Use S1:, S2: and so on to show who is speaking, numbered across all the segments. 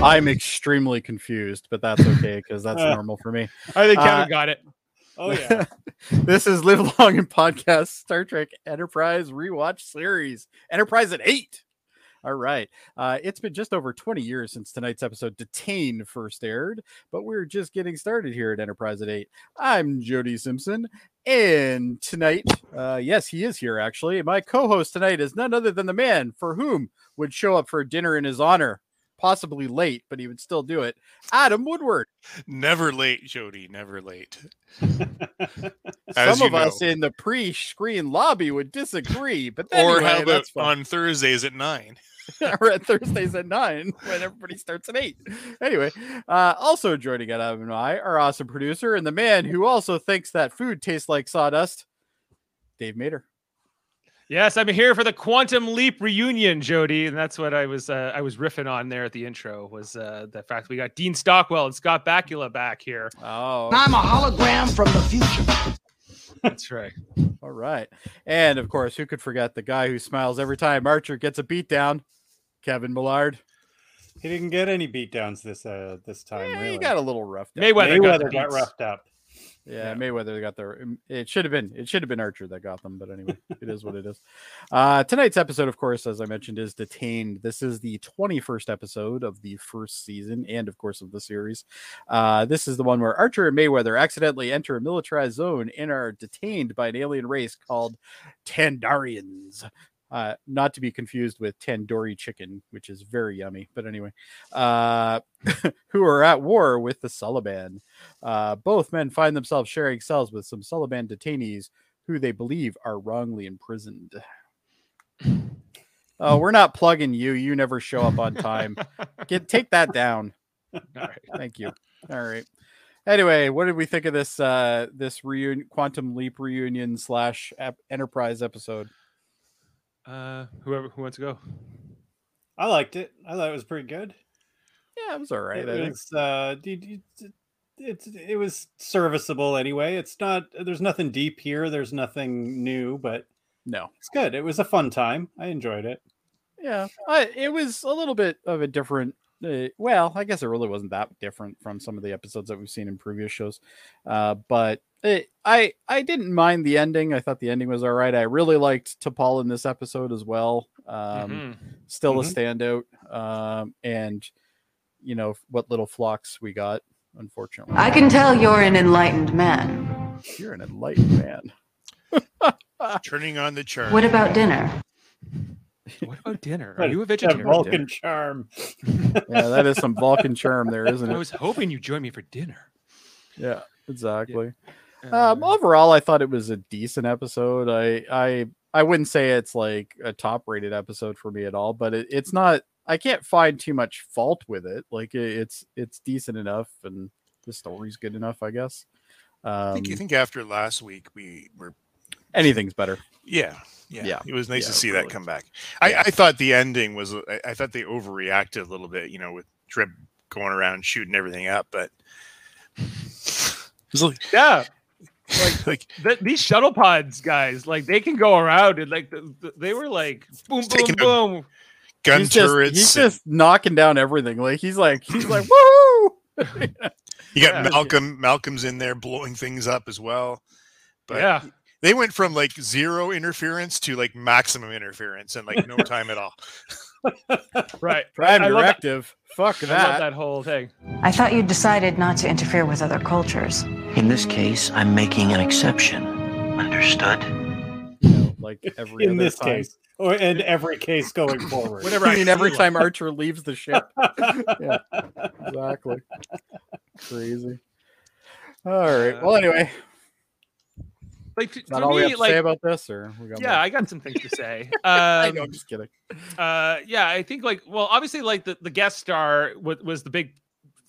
S1: I'm extremely confused, but that's okay because that's normal for me.
S2: Uh, I think Kevin
S1: Uh,
S2: got it.
S3: Oh yeah.
S1: this is Live Long and Podcast Star Trek Enterprise Rewatch Series, Enterprise at 8. All right. Uh, it's been just over 20 years since tonight's episode Detain first aired, but we're just getting started here at Enterprise at 8. I'm Jody Simpson, and tonight, uh, yes, he is here actually. My co host tonight is none other than the man for whom would show up for dinner in his honor, possibly late, but he would still do it, Adam Woodward.
S4: Never late, Jody. Never late. As
S1: Some
S4: you
S1: of us in the pre-screen lobby would disagree, but
S4: know. or
S1: anyway,
S4: how about
S1: that's fine.
S4: on Thursdays at nine?
S1: or at Thursdays at nine when everybody starts at eight. Anyway, uh, also joining Adam and I, our awesome producer and the man who also thinks that food tastes like sawdust, Dave Mater.
S2: Yes, I'm here for the Quantum Leap reunion, Jody, and that's what I was uh, I was riffing on there at the intro was uh, the fact we got Dean Stockwell and Scott Bakula back here.
S1: Oh,
S5: I'm a hologram from the future.
S2: That's right.
S1: all right. And of course, who could forget the guy who smiles every time Archer gets a beatdown, Kevin Millard.
S3: he didn't get any beatdowns this uh this time.
S1: Yeah,
S3: really.
S1: Eh, he got a little rough.
S2: Mayweather, got, the
S3: Mayweather got
S2: beats.
S3: roughed up.
S1: Yeah,
S2: Yeah.
S1: Mayweather got there. It should have been. It should have been Archer that got them. But anyway, it is what it is. Uh, tonight's episode, of course, as I mentioned, is detained. This is the twenty-first episode of the first season, and of course of the series. Uh, this is the one where Archer and Mayweather accidentally enter a militarized zone and are detained by an alien race called Tandarians. Uh, not to be confused with tandoori chicken, which is very yummy. But anyway, uh, who are at war with the Suliban. Uh, both men find themselves sharing cells with some Suliban detainees who they believe are wrongly imprisoned. Oh, we're not plugging you. You never show up on time. Get take that down.
S2: All right.
S1: Thank you. All right. Anyway, what did we think of this uh this reunion quantum leap reunion slash ep- enterprise episode?
S2: Uh, whoever who wants to go.
S3: I liked it. I thought it was pretty good.
S1: Yeah, it was all right. I
S3: It
S1: think.
S3: was uh d- d- d- it's it was serviceable anyway. It's not there's nothing deep here, there's nothing new, but
S1: No.
S3: it's good. It was a fun time. I enjoyed it.
S1: Yeah. I, it was a little bit of a different uh, well, I guess it really wasn't that different from some of the episodes that we've seen in previous shows. Uh, but it, I I didn't mind the ending. I thought the ending was all right. I really liked T'Pol in this episode as well. Um,
S2: Mhm.
S1: Still a standout. Um, and you know what little flocks we got. Unfortunately,
S6: I can tell you're an enlightened man.
S1: you're an enlightened man.
S4: Turning on the chart.
S6: What about dinner?
S2: What about dinner? Are
S3: What
S2: you a
S3: That
S2: vegetarian?
S3: Vulcan
S1: dinner.
S3: charm.
S1: Yeah, that is some Vulcan charm there, isn't
S2: I
S1: it?
S2: was hoping you'd join me for dinner.
S1: Yeah, exactly.
S2: Uh,
S1: Um, overall, I thought it was a decent episode. I I I wouldn't say it's like a top rated episode for me at all, but it, it's not. I can't find too much fault with it. Like it, it's it's decent enough, and the story's good enough, I guess.
S4: I
S1: Um,
S4: think, you think after last week we were
S1: anything's better.
S4: yeah. Yeah,
S1: Yeah,
S4: it was nice
S1: yeah,
S4: to see
S1: really.
S4: that come back.
S1: Yeah.
S4: I, I thought the ending was, I, I thought they overreacted a little bit, you know, with Trip going around shooting everything up, but it was like,
S2: yeah,
S4: like
S2: th- these shuttle pods, guys, like they can go around and like the, the, they were like boom,
S4: Just
S2: boom,
S4: taking a-
S2: boom.
S4: gun
S1: he's just,
S4: turrets.
S1: he's
S4: and-
S1: just knocking down everything. Like he's like he's like woohoo.
S4: You got
S2: Yeah.
S4: Malcolm. Malcolm's in there blowing things up as well. But
S2: yeah,
S4: they went from like zero interference to like maximum interference in like no time at all.
S2: right.
S1: Prime
S2: I love that-
S1: directive. Fuck
S2: I love
S1: that.
S2: that whole thing.
S6: I thought you decided not to interfere with other cultures.
S5: In this case, I'm making an exception. Understood?
S1: You know, like every
S3: in
S1: other
S3: this
S1: time.
S3: case. Or in every case going forward.
S2: Whatever.
S1: I mean, every
S2: feel like-
S1: time Archer leaves the ship. yeah, exactly. Crazy. All
S2: Uh,
S1: right. Well, anyway,
S2: Like f-
S1: is that
S2: for
S1: all we have
S2: me,
S1: to
S2: like
S1: say about this, or we got
S2: yeah,
S1: more?
S2: I got some things to say.
S1: I
S2: Um,
S1: know, I'm just kidding.
S2: uh yeah i think like well obviously like the, the guest star was, was the big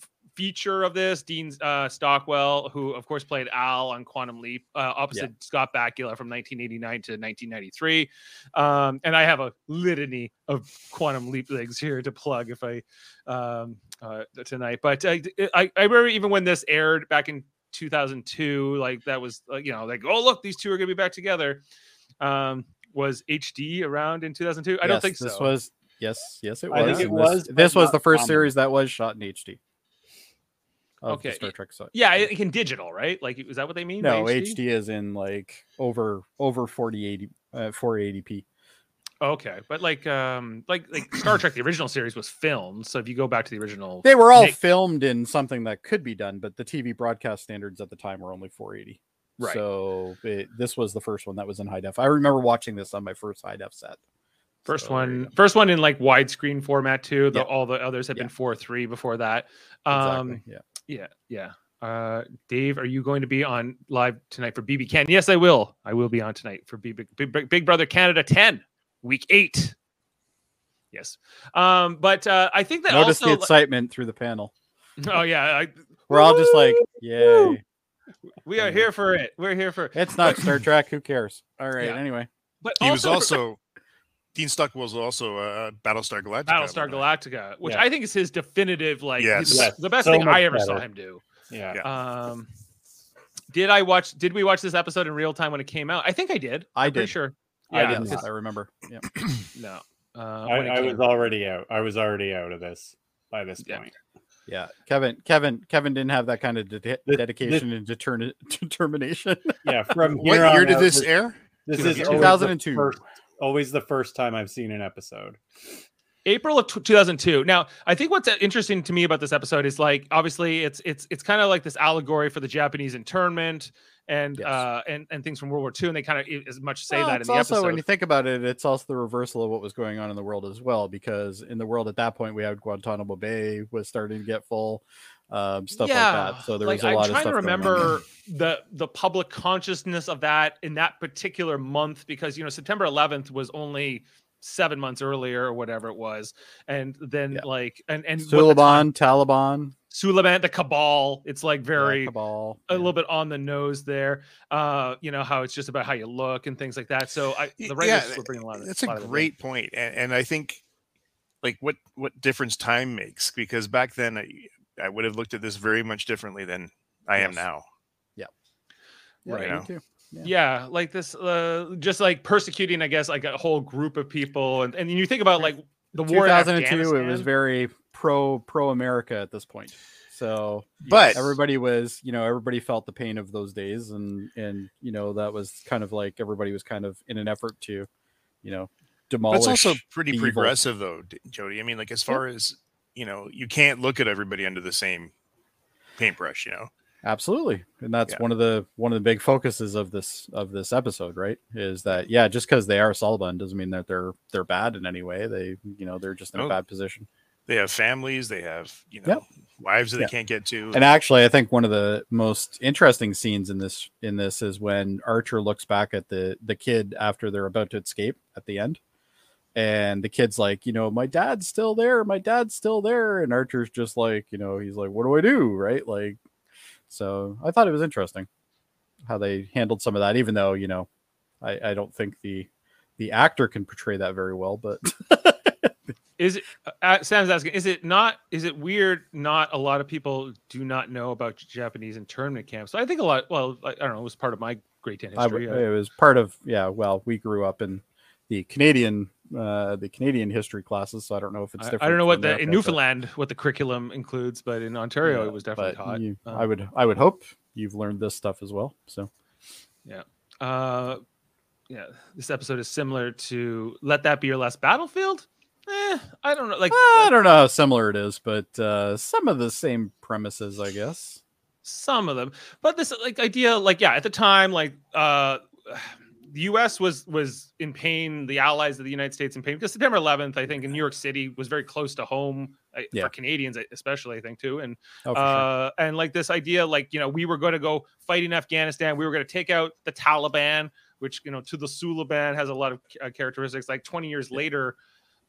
S2: f- feature of this dean uh, stockwell who of course played al on quantum leap uh, opposite scott bakula from 1989 to 1993 um, and i have a litany of quantum leap legs here to plug if i um, uh, tonight but I, I i remember even when this aired back in 2002 like that was like you know like oh look these two are gonna be back together um was hd around in 2002 i don't
S1: Yes,
S2: think so
S1: This was Yes, yes, it was.
S3: I think it
S1: and this-
S3: was, but
S1: This was
S3: not
S1: the first
S3: common.
S1: series that was shot in HD. Of the
S2: Okay.
S1: Star Trek. side.
S2: Yeah, like in digital, right? Like, is that what they mean? by
S1: No, HD? is in like over over 4080 uh, 480p.
S2: Okay, but like, um, like like Star Trek, the original series was filmed. So if you go back to the original,
S1: They were all
S2: Nick-
S1: filmed in something that could be done, but the TV broadcast standards at the time were only 480.
S2: Right.
S1: So it, this was the first one that was in high def. I remember watching this on my first high def set.
S2: First
S1: So Oh, there you
S2: one,
S1: go.
S2: first one in like widescreen format too. The,
S1: Yeah.
S2: All the others have been
S1: Yeah.
S2: four three before that. Um,
S1: Exactly, yeah.
S2: yeah, yeah. Uh, Dave, are you going to be on live tonight for BB Can? Yes, I will. I will be on tonight for BB, Big, Big- Big Brother Canada ten, week eight. Yes, um, but uh, I think that
S1: Notice the
S2: also.
S1: excitement through the panel.
S2: oh yeah, I,
S1: We're all just like, yay.
S2: we are here for it. We're here for.
S1: It's not Star Trek. Who cares? All right.
S2: Yeah.
S1: Anyway.
S2: But
S4: He was
S2: also
S4: also Dean Stockwell was also uh, Battlestar Galactica.
S2: Battlestar
S4: wasn't he?
S2: Galactica, which
S1: Yeah.
S2: I think is his definitive, like
S4: Yes.
S2: the,
S3: Yes,
S2: the best
S3: so
S2: thing I
S3: much
S2: ever saw
S3: better.
S2: him do.
S3: Yeah.
S4: Yeah.
S2: Um, did I watch? Did we watch this episode in real time when it came out? I think I did.
S1: I
S2: I'm pretty
S1: did.
S2: sure.
S3: I
S2: Yeah,
S1: I did
S3: it's-
S1: not. I remember. Yeah.
S2: No. Uh, when it
S3: I, I was
S2: came-
S3: already out. I was already out of this by this
S2: Yeah.
S3: point.
S1: Yeah, Kevin, Kevin, Kevin didn't have that kind of de-
S3: the-
S1: dedication and determin determination.
S3: Yeah, from
S4: What
S3: here on
S4: year did
S3: out,
S4: this air?
S3: This is
S2: 2002.
S3: always the
S1: 2002.
S3: First, always the first time I've seen an episode.
S2: April of tw 2002. Now, I think what's uh, interesting to me about this episode is like obviously it's it's it's kind of like this allegory for the Japanese internment and
S1: Yes.
S2: uh and and things from World War II, and they kind of as much say
S1: Well,
S2: that in
S1: it's
S2: the
S1: also,
S2: episode.
S1: when you think about it, it's also the reversal of what was going on in the world as well. Because in the world at that point, we had Guantanamo Bay was starting to get full, um, stuff like that. So there was a
S2: I'm
S1: lot of
S2: trying
S1: stuff.
S2: to
S1: going on.
S2: remember the the public consciousness of that in that particular month because you know September 11th was only seven months earlier or whatever it was, and then
S1: Yeah.
S2: like and and what the time-
S1: Suliban, Taliban,
S2: Suleiman, the cabal. It's like
S1: yeah,
S2: very.
S1: Cabal,
S2: a
S1: yeah.
S2: little bit on the nose there, uh, you know how it's just about how you look and things like that. So I,
S4: Y-
S2: the
S4: yeah,
S2: writers were bringing a lot of
S4: That's
S2: lot
S4: a
S2: of it in.
S4: great point, and, and I think like what what difference time makes because back then I, I would have looked at this very much differently than I am
S1: Yes.
S4: now.
S1: Yeah,
S4: right
S1: me
S4: now.
S1: too.
S2: yeah like this uh just like persecuting i guess like a whole group of people and, and you think about like the war in
S1: 2002. It was
S2: Afghanistan.
S1: very pro pro America at this point. So
S4: But
S1: everybody was you know everybody felt the pain of those days and and you know that was kind of like everybody was kind of in an effort to you know demolish
S4: that's also pretty
S1: the evil.
S4: progressive, though, D- Jody. I mean, like as far as you know, you can't look at everybody under the same paintbrush. You know,
S1: absolutely and that's
S4: Yeah.
S1: one of the one of the big focuses of this of this episode right is that yeah just because they are Taliban doesn't mean that they're they're bad in any way they you know they're just in a
S4: No.
S1: bad position
S4: they have families, they have you know
S1: Yep.
S4: wives that they
S1: Yeah.
S4: can't get to.
S1: and actually i think one of the most interesting scenes in this in this is when archer looks back at the the kid after they're about to escape at the end and the kid's like you know my dad's still there my dad's still there and archer's just like you know he's like what do i do right like so i thought it was interesting how they handled some of that even though you know i i don't think the the actor can portray that very well but
S2: is it uh, sam's asking is it not is it weird not a lot of people do not know about japanese internment camps so i think a lot well i, I don't know it was part of my great Dan
S1: I w-
S2: history
S1: it was part of yeah well we grew up in the canadian uh the canadian history classes so i don't know if it's
S2: I,
S1: different
S2: I don't know what
S1: from
S2: the in
S1: America,
S2: newfoundland what the curriculum includes but in
S1: but,
S2: ontario
S1: yeah,
S2: it was definitely
S1: but
S2: taught
S1: you-
S2: Um,
S1: i would i would hope you've learned this stuff as well so
S2: Uh, yeah, this episode is similar to "Let That Be Your Last Battlefield." Eh, I don't know. Like
S1: i
S2: uh,
S1: don't know how similar it is but uh some of the same premises i guess
S2: some of them, but this like idea, like yeah, at the time, like uh, the U.S. was was in pain. The allies of the United States in pain because September 11th, I think, in New York City was very close to home uh,
S1: Yeah.
S2: for Canadians, especially I think too, and
S1: oh, for sure.
S2: uh, and like this idea, like you know, we were going to go fight in Afghanistan. We were going to take out the Taliban, which you know, to the Suliban has a lot of uh, characteristics. Like 20 years later,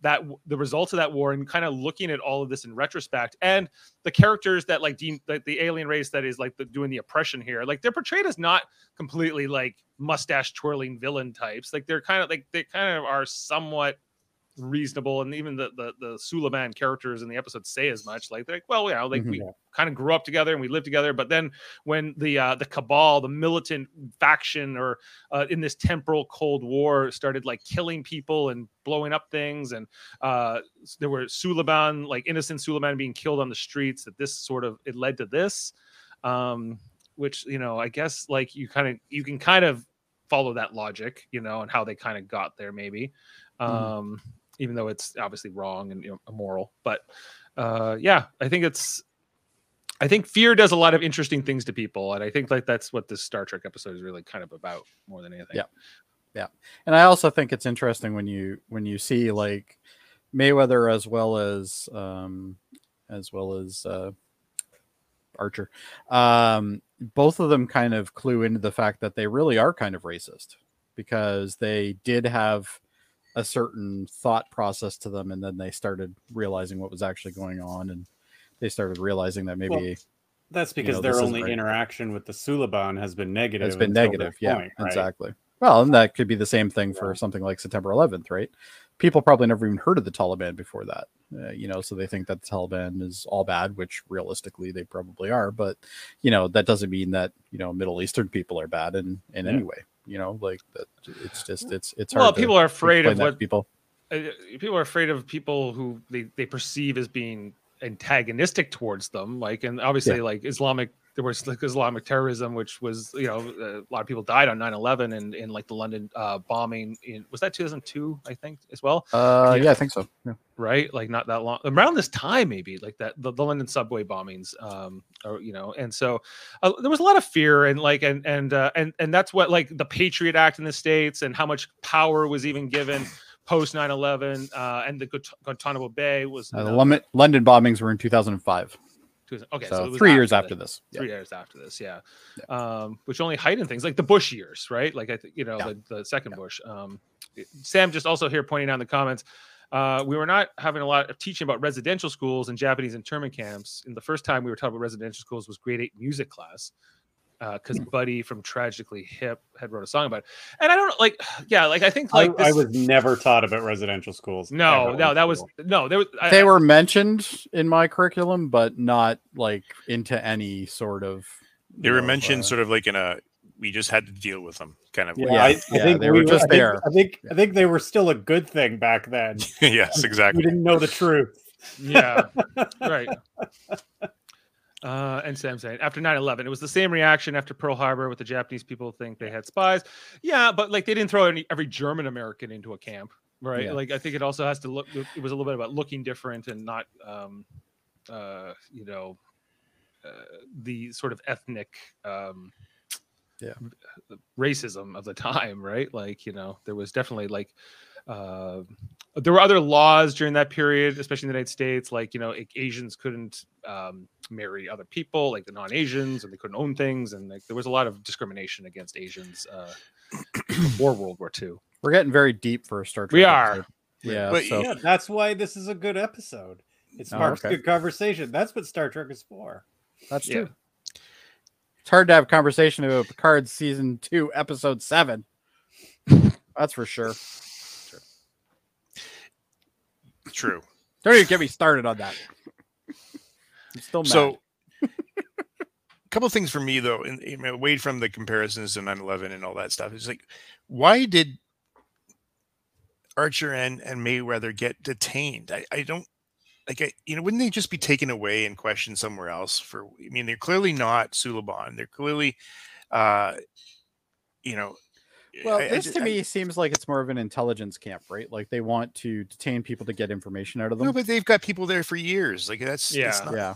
S2: that w- the results of that war, and kind of looking at all of this in retrospect, and the characters that like deem like the alien race that is like the, doing the oppression here, like they're portrayed as not completely like mustache twirling villain types. Like they're kind of like they kind of are somewhat reasonable, and even the the, the Suleiman characters in the episode say as much. Like they're like, well, you know, like
S1: Mhm.
S2: we kind of grew up together and we lived together. But then when the uh, the cabal, the militant faction, or uh, in this temporal Cold War, started like killing people and blowing up things, and uh, s- there were Suleiman, like innocent Suleiman, being killed on the streets. That this sort of it led to this, um, which you know, I guess like you kind of you can kind of follow that logic, you know, and how they kind of got there, maybe. Um,
S1: Mm-hmm.
S2: Even though it's obviously wrong and you know, immoral, but uh, yeah, I think it's. I think fear does a lot of interesting things to people, and I think like that's what this Star Trek episode is really kind of about more than anything.
S1: Yeah. and I also think it's interesting when you when you see like Mayweather as well as um as well as uh Archer. Um both of them kind of clue into the fact that they really are kind of racist because they did have a certain thought process to them and then they started realizing what was actually going on and they started realizing that maybe
S3: Well, That's because
S1: know, this
S3: their
S1: is
S3: only
S1: right.
S3: interaction with the Suliban has been negative.
S1: It's been
S3: until that
S1: negative. Yeah,
S3: point, right?
S1: exactly. Well, and that could be the same thing for something like September 11th, right? People probably never even heard of the Taliban before that, uh, you know, so they think that the Taliban is all bad, which realistically they probably are. But, you know, that doesn't mean that, you know, Middle Eastern people are bad in, in any way, you know, like that. It's just, it's, it's hard.
S2: Well, people are afraid of what
S1: people,
S2: uh, people are afraid of people who they, they perceive as being antagonistic towards them like and obviously like islamic there was like islamic terrorism which was you know uh, a lot of people died on 9-11 and in like the london uh bombing in was that 2002 i think as well
S1: uh,
S2: yeah.
S1: yeah, I think so. Yeah.
S2: right like not that long around this time maybe like that the, the london subway bombings um or you know and so uh, there was a lot of fear and like and and uh, and and that's what like the patriot act in the states and how much power was even given post 9-11 uh and the Guant- guantanamo bay was
S1: Uh, the
S2: another-
S1: London, London bombings were in 2005.
S2: two- okay
S1: so,
S2: it was
S1: three years after
S2: the-
S1: this. Yeah.
S2: three years after this yeah, um which only heightened things like the bush years right like i think you know
S1: Yeah.
S2: the, the second bush um it- sam just also here pointing out in the comments uh, we were not having a lot of teaching about residential schools and Japanese internment camps. And the first time we were talking about residential schools was grade eight music class, because Buddy from Tragically Hip had wrote a song about it. And I don't know, like, yeah, like I think
S3: I,
S2: like
S3: I
S2: this-
S3: was never taught about residential schools. ever
S2: no,
S3: in
S2: no, that was
S3: school.
S2: no, there was I-
S1: they were mentioned in my curriculum, but not like into any sort of.
S4: They
S1: you
S4: were
S1: know,
S4: mentioned
S1: uh,
S4: sort of like in a we just had to deal with them kind of.
S3: Yeah,
S4: way.
S1: Yeah,
S3: I, I
S1: yeah,
S3: think
S1: they were
S3: we
S1: just
S3: I think-
S1: there.
S3: I think I think they were still a good thing back then.
S4: yes,
S3: We
S4: exactly.
S3: didn't know the truth.
S2: yeah right uh and sam saying after 9-11 it was the same reaction after pearl harbor with the japanese people think they had spies yeah but like they didn't throw any, every german american into a camp right
S1: Yeah.
S2: like i think it also has to look it was a little bit about looking different and not um uh you know uh, the sort of ethnic um
S1: Yeah.
S2: racism of the time right like you know there was definitely like uh, there were other laws during that period, especially in the United States, like you know, like, Asians couldn't um, marry other people, like the non-Asians, and they couldn't own things, and like there was a lot of discrimination against Asians uh, before World War II.
S1: We're getting very deep for a Star Trek.
S2: We are.
S1: episode. Yeah.
S4: But,
S1: so
S4: yeah,
S3: That's why this is a good episode. It
S1: Oh,
S3: sparks
S1: okay.
S3: good conversation. That's what Star Trek is for.
S1: that's
S2: Yeah.
S1: true. It's hard to have a conversation about Picard season two, episode seven. That's for sure.
S4: True.
S1: Don't even get me started on that. I'm still mad.
S4: So, a couple of things for me though, and you know, away from the comparisons to 9/11 and all that stuff, is like, why did Archer and and Mayweather get detained? I, I don't like. I, you know, wouldn't they just be taken away and questioned somewhere else? For I mean, they're clearly not Suliban. They're clearly, uh, you know.
S1: Well,
S4: I- I
S1: this
S4: ju-
S1: to
S4: I-
S1: me seems like it's more of an intelligence camp, right? Like they want to detain people to get information out of them.
S4: no, but they've got people there for years. Like that's
S2: Yeah.
S4: it's not-
S1: yeah.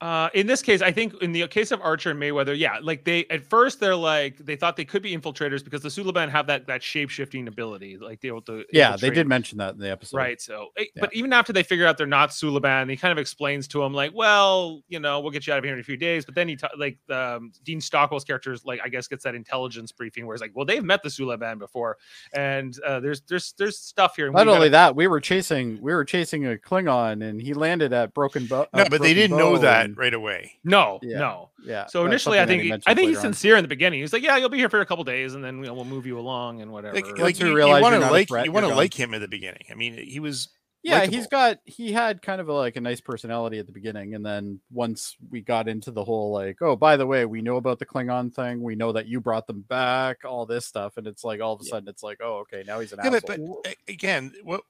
S2: Uh, in this case, I think in the case of Archer and Mayweather, yeah, like they at first they're like they thought they could be infiltrators because the Suliban have that that shape shifting ability, like they were able to
S1: Yeah. They
S2: infiltrate
S1: did mention that in the episode.
S2: Right. So, eh,
S1: Yeah.
S2: but even after they figure out they're not Suliban, he kind of explains to him like, "Well, you know, we'll get you out of here in a few days." But then he ta- like um, Dean Stockwell's character is like, I guess, gets that intelligence briefing where he's like, "Well, they've met the Suliban before, and uh, there's there's there's stuff here." and we
S1: Not only
S2: gotta-"
S1: that, we were chasing we were chasing a Klingon, and he landed at Broken Bow.
S4: No, but they didn't know that
S1: Mhm.
S4: right away.
S2: No,
S1: Yeah.
S2: no.
S1: Yeah.
S2: So
S1: that's
S2: initially, I
S1: something that
S2: think
S1: he
S2: he-
S1: mentions
S2: I think he's
S1: later on.
S2: sincere in the beginning. He's like, "Yeah, you'll be here for a couple days, and then you know, we'll move you along and whatever."
S4: Like,
S1: Once
S4: like
S1: you
S4: you,
S1: realize
S4: want to
S1: you're not a
S4: like
S1: threat,
S4: you
S1: you're
S4: want to
S1: gone.
S4: like him at the beginning. I mean, he was
S1: yeah he's
S4: likable.
S1: got he had kind of a, like a nice personality at the beginning and then once we got into the whole like oh by the way we know about the klingon thing we know that you brought them back all this stuff and it's like all of a sudden it's like oh okay now he's an
S4: yeah,
S1: asshole
S4: but, but a- again, what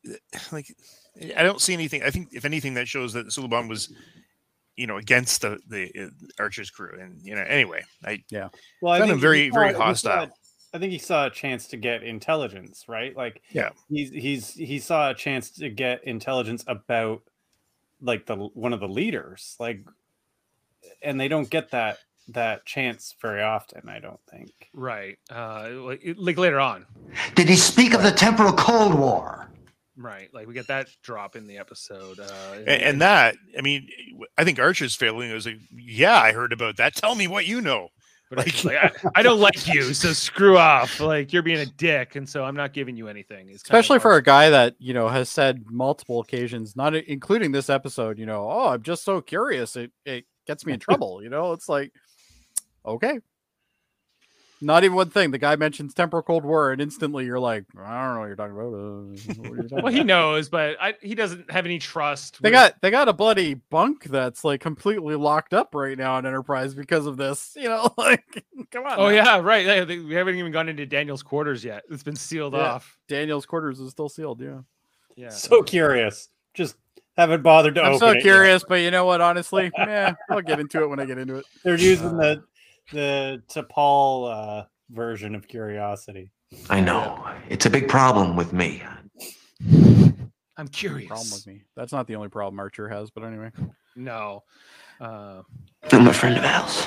S4: like I don't see anything. I think if anything, that shows that Suliban was, you know, against the the uh, Archer's crew, and you know, anyway, I
S3: Well, I
S4: Found him
S3: think he
S4: very, very
S3: he
S4: hostile.
S3: I think he saw a chance to get intelligence, right? Like,
S4: Yeah.
S3: he's he's he saw a chance to get intelligence about like the one of the leaders, like, and they don't get that that chance very often. I don't think.
S2: right? Uh, like, like later on,
S5: Did he speak of the temporal Cold War?
S2: right? Like we get that drop in the episode, uh,
S4: a- and, that I mean, I think Archer's failing was like, yeah, I heard about that. Tell me what you know.
S2: but it's like, I, I don't like you, so screw off. Like you're being a dick, and so I'm not giving you anything. It's kind of
S1: especially for
S2: what's-
S1: a guy that you know has said multiple occasions not i- including this episode you know oh i'm just so curious it, it gets me in trouble you know it's like okay not even one thing the guy mentions temporal cold war and instantly you're like i don't know what you're talking about uh, what are you talking
S2: well, he knows, but I, he doesn't have any trust.
S1: They
S2: with-
S1: got they got a bloody bunk that's like completely locked up right now in Enterprise because of this. You know, like come on.
S2: Oh
S1: now.
S2: yeah, right. yeah, they- we haven't even gone into Daniel's quarters yet. It's been sealed
S1: Yeah.
S2: off.
S1: Daniel's quarters is still sealed. Yeah,
S2: Yeah.
S3: So curious, just haven't bothered to
S1: I'm
S3: open
S1: so
S3: it yet.
S1: curious, but you know what? Honestly, yeah, I'll get into it when I get into it.
S3: They're using the the T'Pol uh, version of curiosity.
S5: I know. It's a big problem with me.
S2: I'm
S1: Problem with
S2: curious.
S1: me? That's not the only problem Archer has, but anyway.
S2: No. Uh,
S5: I'm a friend of Al's.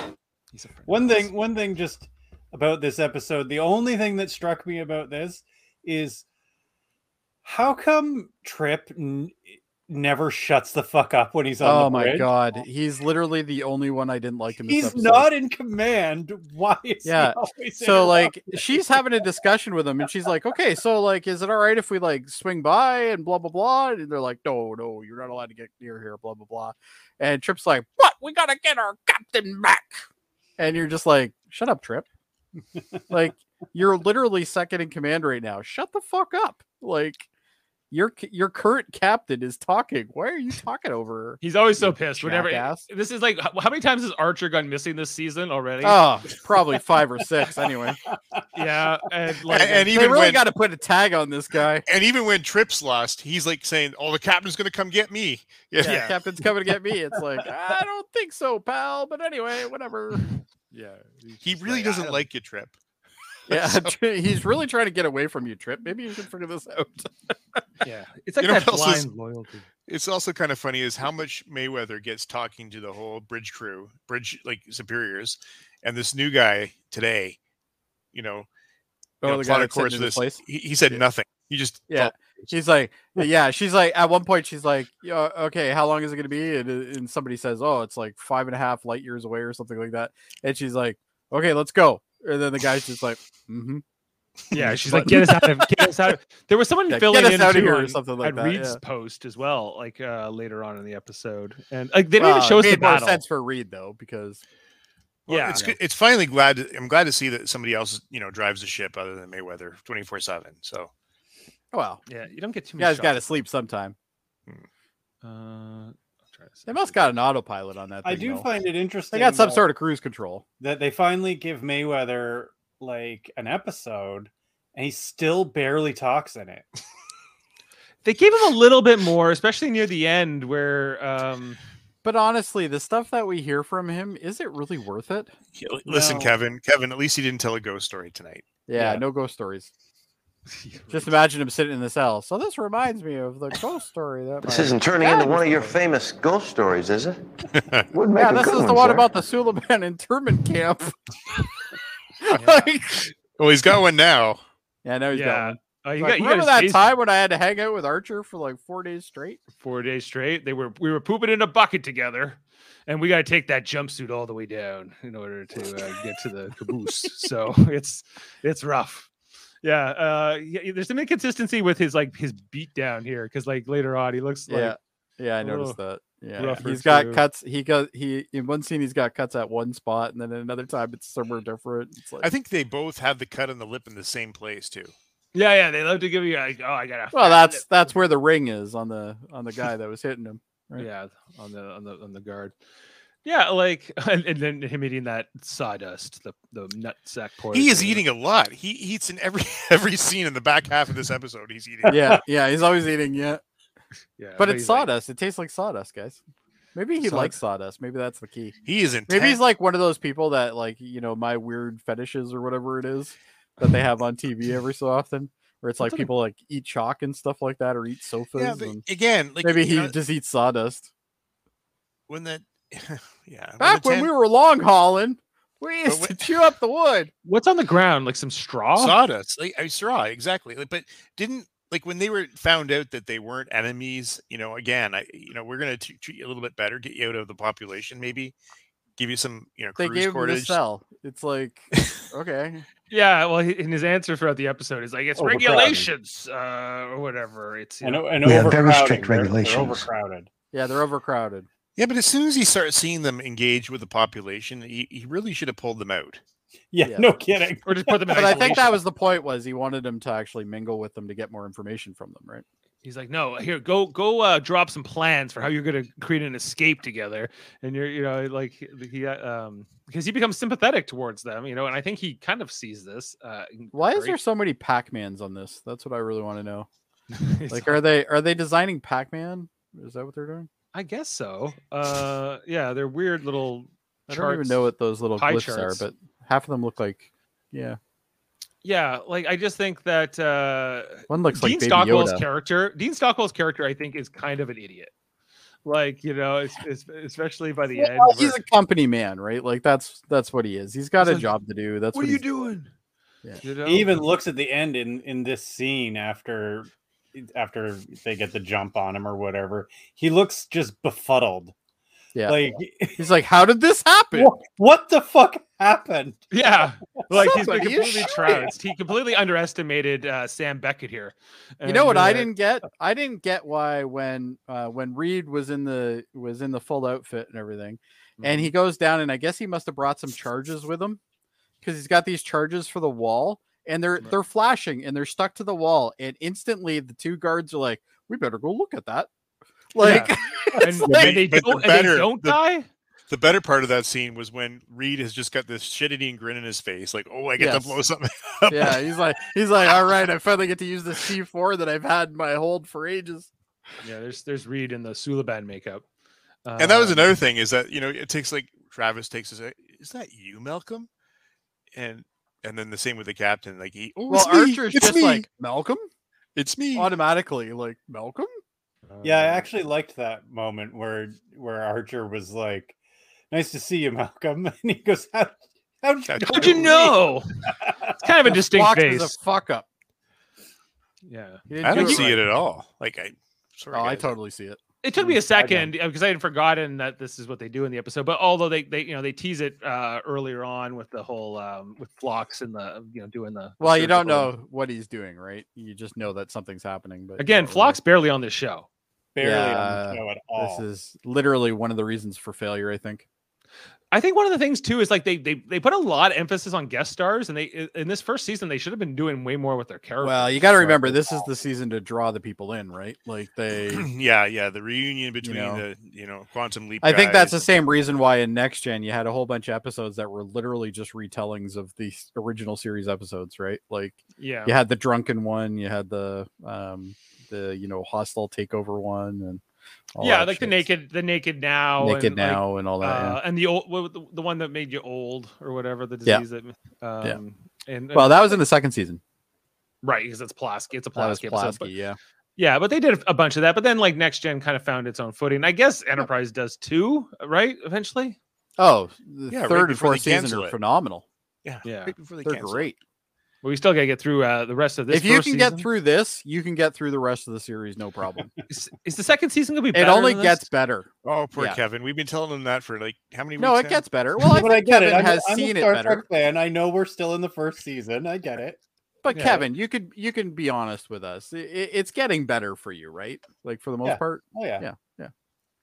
S2: he's a friend
S3: One
S2: of ours.
S3: thing, one thing, just about this episode. The only thing that struck me about this is how come Trip n- never shuts the fuck up when he's on
S1: Oh
S3: the
S1: my
S3: bridge?
S1: god, he's literally the only one I didn't like in this
S3: He's
S1: episode.
S3: not in command. Why is
S1: Yeah,
S3: he always
S1: so like
S3: interrupted?
S1: she's having a discussion with him and she's like okay so like is it all right if we like swing by and blah blah blah and they're like no no you're not allowed to get near here blah blah blah and trip's like what we gotta get our captain back and you're just like shut up trip like you're literally second in command right now shut the fuck up like your c- your current captain is talking why are you talking over her
S2: He's always so
S1: You
S2: pissed whenever.
S1: jackass.
S2: This is like, h- how many times has Archer gone missing this season already?
S1: oh probably five or six anyway
S2: Yeah, and like,
S4: and, and
S1: they
S4: even
S1: really
S4: when
S1: got to put a tag on this guy
S4: and even when Trips lost, he's like saying, "Oh, the captain's going to come get me." Yeah,
S1: yeah, captain's coming to get me. It's like, I don't think so, pal. But anyway, whatever. Yeah.
S4: he really doesn't like you, Trip.
S1: Yeah. he's really trying to get away from you, Trip. Maybe you should figure this out.
S2: yeah, it's like
S4: You know
S2: that
S4: what else is-
S2: blind loyalty.
S4: It's also kind of funny is how much Mayweather gets talking to the whole bridge crew, bridge like superiors, and this new guy today, you know,
S1: Oh,
S4: you know, plot of
S1: sitting
S4: course
S1: in
S4: of
S1: his
S4: this, he, he said
S1: Yeah.
S4: nothing. He just
S1: Yeah. She's like, yeah, she's like, at one point, she's like, yeah, okay, how long is it going to be? And, uh, and somebody says, oh, it's like five and a half light years away or something like that. And she's like, okay, let's go. And then the guy's just like, mm-hmm.
S2: Yeah, she's like, get us out of, get us out. Of. There was someone
S1: Yeah,
S2: filling
S1: get us
S2: in
S1: out of
S2: too
S1: here or
S2: on-
S1: something like
S2: at
S1: that,
S2: Reed's
S1: yeah.
S2: post as well, like uh, later on in the episode, and like they didn't
S1: Well,
S2: even show us
S1: it
S2: the
S1: made more
S2: battle.
S1: sense for Reed, though, because
S4: Well,
S2: Yeah.
S4: it's good. It's finally glad. To, I'm glad to see that somebody else, you know, drives the ship other than Mayweather, 24 seven. So
S1: well,
S2: Yeah, you don't get too
S1: you
S2: many.
S1: guys got to
S2: shots.
S1: sleep sometime.
S2: Uh, I'll try to
S1: They
S2: say-
S1: must got an autopilot on that.
S3: I
S1: thing,
S3: do
S1: though.
S3: find it interesting.
S1: They got some
S3: that-
S1: sort of cruise control.
S3: that they finally give Mayweather like an episode, and he still barely talks in it.
S2: They gave him a little bit more, especially near the end where. um
S1: But honestly, the stuff that we hear from him, is it really worth it?
S4: Yeah, li- listen,
S3: No.
S4: Kevin, Kevin, at least he didn't tell a ghost story tonight.
S1: Yeah,
S3: Yeah.
S1: no ghost stories. Just imagine him sitting in the cell. So this reminds me of the ghost story that
S5: This
S1: my-
S5: isn't turning
S1: Yeah,
S5: into one of your
S1: it's-
S5: famous ghost stories, is it? Wouldn't make
S1: Yeah,
S5: a
S1: this
S5: good
S1: is the
S5: one,
S1: one
S5: sir.
S1: about the Suleiman internment camp.
S2: Yeah.
S1: Like-
S4: Well, he's got one now.
S1: yeah, no, he's
S2: yeah.
S1: got one.
S2: Uh, you
S1: Like,
S2: got, you got
S1: remember
S2: a
S1: that
S2: space-
S1: time when I had to hang out with Archer for like four days straight?
S2: four days straight. They were we were pooping in a bucket together, and we got to take that jumpsuit all the way down in order to uh, get to the caboose. so it's it's rough. Yeah, uh, yeah, yeah, there's some inconsistency with his like his beat down here because like later on he looks like
S1: yeah, yeah, I noticed that. Yeah,
S2: Rougher
S1: he's got
S2: too.
S1: cuts. He got he in one scene he's got cuts at one spot, and then in another time it's somewhere different. It's like,
S4: I think they both have the cut on the lip in the same place too.
S2: Yeah, yeah, they love to give you like, oh, I gotta.
S1: well,
S2: fatten
S1: that's
S2: it.
S1: that's where the ring is on the on the guy that was hitting him. right.
S2: yeah on the on the on the guard. Yeah, like and, and then him eating that sawdust, the the nut sack.
S4: He is eating a lot. He eats in every every scene in the back half of this episode. He's eating.
S1: Yeah, yeah, he's always eating. Yeah,
S2: yeah,
S1: but it's
S2: he's like-
S1: sawdust. It tastes like sawdust, guys. Maybe he
S2: Sawd-
S1: likes sawdust. Maybe that's the key.
S4: He is intense.
S1: Maybe he's like one of those people that like you know my weird fetishes or whatever it is that they have on TV every so often, where it's like
S2: That's what a-
S1: people like eat chalk and stuff like that, or eat sofas.
S4: yeah, but
S1: and
S4: again, like
S1: maybe
S4: you
S1: he
S4: know,
S1: just eats sawdust.
S4: when that. yeah. the
S1: Back when
S4: tan-
S1: we were long hauling, we used
S4: wh-
S1: to chew up the wood.
S2: what's on the ground, like some straw.
S4: sawdust. Like, I saw exactly. Like, but didn't like when they were found out that they weren't enemies. You know, again, I you know we're gonna t- treat you a little bit better, get you out of the population, maybe give you some you know
S1: They
S4: cruise
S1: gave him the
S4: quarters.
S1: cell. It's like, okay,
S2: Yeah, well, he- and his answer throughout the episode is like it's
S3: Overcrowding.
S2: regulations uh, or whatever. It's you
S3: And,
S2: know,
S3: o- and
S5: We have
S3: overcrowded.
S5: very strict
S3: They're- they're
S5: regulations.
S3: overcrowded.
S1: yeah, they're overcrowded.
S4: Yeah, but as soon as he starts seeing them engage with the population, he, he really should have pulled them out.
S3: Yeah,
S1: Yeah.
S3: no kidding.
S2: or just put them in
S1: But I think that
S2: isolation.
S1: was the point was he wanted him to actually mingle with them to get more information from them, right?
S2: He's like, no, here, go, go, uh, drop some plans for how you're gonna create an escape together, and you're, you know, like he- he, uh, um, because he becomes sympathetic towards them, you know, and I think he kind of sees this. Uh, in
S1: Why is
S2: Curry.
S1: there so many Pac-Mans on this? That's what I really want to know.
S2: He's
S1: Like, are they are they designing Pac-Man? Is that what they're doing?
S2: I guess so. Uh, yeah, they're weird little.
S1: I don't even know
S2: charts.
S1: what those little
S2: pie
S1: glyphs
S2: charts.
S1: are, but half of them look like, yeah,
S2: Yeah, like I just think that uh,
S1: one looks
S2: Dean
S1: like Baby
S2: Stockwell's
S1: Yoda.
S2: character, Dean Stockwell's character, I think, is kind of an idiot. Like you know, it's, it's, especially by the end.
S1: Well, he's
S2: where-
S1: a company man, right? Like that's that's what he is. He's got
S2: He's
S1: a
S2: like,
S1: job to do. That's what,
S2: what are you
S1: he's-
S2: doing?
S1: Yeah.
S2: You know?
S3: He even looks at the end in in this scene after after they get the jump on him or whatever. He looks just befuddled.
S1: Yeah.
S3: Like
S1: He's like, how did this happen?
S3: what, what the fuck happened?
S2: Yeah, like he's been
S1: Somebody is
S2: completely
S1: shouting.
S2: trounced. He completely underestimated uh, Sam Beckett here.
S1: you
S2: And
S1: know
S2: uh,
S1: what
S2: you're
S1: I
S2: like,
S1: didn't get? I didn't get why when uh, when Reed was in the was in the full outfit and everything, and
S4: Mm-hmm.
S1: he goes down and I guess he must have brought some charges with him because he's got these charges for the wall and they're
S2: Right.
S1: they're flashing and they're stuck to the wall and instantly the two guards are like, we better go look at that. Like,
S2: And,
S1: it's
S2: and
S1: like-
S2: they
S4: but the
S2: don't, and
S4: better-
S2: they don't
S4: the-
S2: die.
S4: The better part of that scene was when Reed has just got this shit-eating grin in his face, like, "Oh, I get
S1: Yes.
S4: to blow something." Up.
S1: yeah, he's like he's like, all right, I finally get to use the C four that I've had in my hold for ages.
S2: Yeah, there's there's Reed in the Suliban makeup. Uh,
S4: and that was another thing is that you know it takes like Travis takes us. Is that you, Malcolm? And and then the same with the captain. Like he, oh,
S1: Well,
S4: it's me,
S1: Archer's
S4: it's
S1: just
S4: me,
S1: like Malcolm
S4: it's me.
S1: automatically, like Malcolm.
S3: Yeah, I
S1: Uh.
S3: actually liked that moment where where Archer was like, "Nice to see you, Malcolm," and he goes, "How how
S4: How'd you
S2: How'd you know? It's kind of a distinct
S1: Fox is
S2: face.
S1: a fuck up.
S2: Yeah.
S1: He didn't
S4: I don't
S1: do
S4: see
S1: right.
S4: it at all. Like I, sorry,
S1: Oh, I
S4: guys.
S1: totally see it.
S2: It took me a
S3: Mm, I don't.
S2: second because I had forgotten that this is what they do in the episode. But although they, they you know they tease it uh, earlier on with the whole um, with Flocks and the you know doing the the
S1: Well, you don't
S2: surgical-
S1: know what he's doing, right? You just know that something's happening. But you
S2: again.
S1: don't
S2: Flock's barely on this show.
S3: barely
S1: Yeah,
S3: on the show at
S1: really-
S4: Oh.
S3: all?"
S1: This is literally one of the reasons for failure, I think.
S2: I think one of the things too is like they they they put a lot of emphasis on guest stars, and they in this first season they should have been doing way more with theher characters.
S1: Well, you got to
S2: Like,
S1: remember this is the season to draw the people in, right? Like they.
S4: yeah, yeah. The reunion between
S1: know.
S4: the you know quantum leap.
S1: I think that's the
S4: guys.
S1: same reason why in Next Gen you had a whole bunch of episodes that were literally just retellings of the s- original series episodes, right? Like
S2: yeah,
S1: you had the drunken one, you had the um the you know hostile takeover one, and all
S2: yeah,
S1: that
S2: like the
S1: shit.
S2: naked the naked now
S1: naked
S2: and, like,
S1: now and all that. yeah.
S2: uh, and the old what was the, the one that made you old or whatever the
S1: Yeah.
S2: disease that um and
S1: Well, that was in the second season.
S2: right because it's Plasky it's a
S1: That was
S2: Plasky episode but-
S1: Plasky, yeah.
S2: yeah but they did a bunch of that but then like next gen kind of found its own footing I guess Enterprise does too right eventually
S1: Oh, the
S4: Yeah, right
S1: third
S4: before
S1: and
S4: they
S1: fourth season
S4: cancel
S1: are
S4: it.
S1: phenomenal.
S4: yeah.
S2: yeah
S4: right before they
S1: They're
S4: cancel it.
S1: great.
S2: but we still gotta get through uh, the rest of this
S1: If you
S2: first
S1: can
S2: season.
S1: get through this, you can get through the rest of the series, no problem.
S2: is, is the second season gonna be
S1: it
S2: better
S1: only
S2: than this?
S1: gets better.
S4: Oh, poor
S1: Yeah.
S4: Kevin. We've been telling him that for like how many?
S1: No,
S4: weeks
S1: it
S4: now?
S1: gets better. Well, I
S3: but I
S1: think
S3: get
S1: Kevin
S3: it. I'm,
S1: has
S3: a- I'm
S1: seen
S3: a
S1: it
S3: Star
S1: better.
S3: Trek fan. I know we're still in the first season. I get it.
S1: But
S2: Yeah.
S1: Kevin, you could you can be honest with us. I- I- it's getting better for you, right? Like for the most part.
S3: Oh yeah.
S1: Yeah.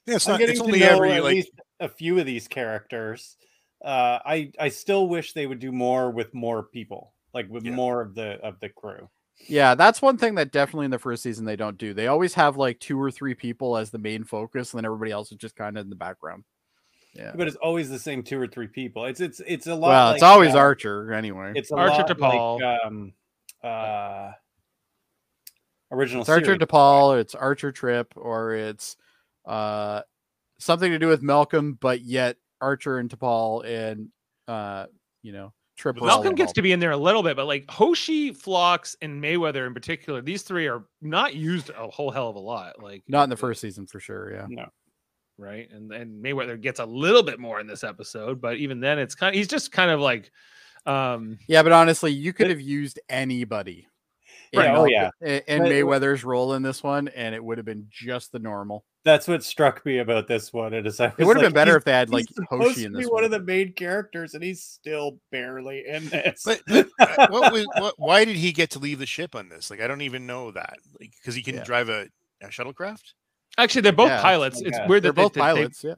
S4: Yeah, it's
S3: I'm
S4: not.
S3: getting
S4: It's
S3: to
S4: only
S3: know
S4: every
S3: at
S4: like
S3: least a few of these characters. Uh, I I still wish they would do more with more people, like with
S4: Yeah.
S3: more of the of the crew.
S1: Yeah, that's one thing that definitely in the first season they don't do. They always have like two or three people as the main focus, and then everybody else is just kind of in the background. Yeah.
S3: But it's always the same two or three people. It's it's it's a lot.
S1: Well, it's
S3: like,
S1: always
S3: uh,
S1: Archer anyway.
S3: It's a
S2: Archer
S3: lot like,
S2: DePaul.
S3: um, uh, original
S1: It's Archer
S3: series.
S1: DePaul, it's Archer Trip, or it's uh something to do with Malcolm, but yet Archer and DePaul and uh you know Trip. are all
S2: Malcolm gets
S1: involved.
S2: to be in there a little bit, but like Hoshi, Phlox, and Mayweather in particular, these three are not used a whole hell of a lot. Like
S1: not in the first season for sure. Yeah.
S2: right? And and Mayweather gets a little bit more in this episode, but even then, it's kind. Of, he's just kind of like, um,
S1: Yeah, but honestly, you could have used anybody. in
S3: Right, oh,
S1: Malcolm-
S3: yeah.
S1: in- in
S3: But-
S1: Mayweather's role in this one, and it would have been just the normal.
S3: That's what struck me about this one. It is I
S1: It
S3: was
S1: would have
S3: like,
S1: been better
S3: he's-
S1: if they had like
S3: he's supposed
S1: Hoshi
S3: to
S1: in
S3: be
S1: this
S3: one
S1: one.
S3: of the main characters, and he's still barely in this.
S4: But, but uh, what was what, why did he get to leave the ship on this? Like I don't even know that. Like because he can
S1: Yeah.
S4: drive a, a shuttlecraft.
S2: actually, they're both
S1: Yeah, it's
S2: pilots.
S3: like
S2: It's
S3: that.
S2: weird
S1: They're
S2: that they-
S1: both
S2: that They,
S1: pilots. Yeah.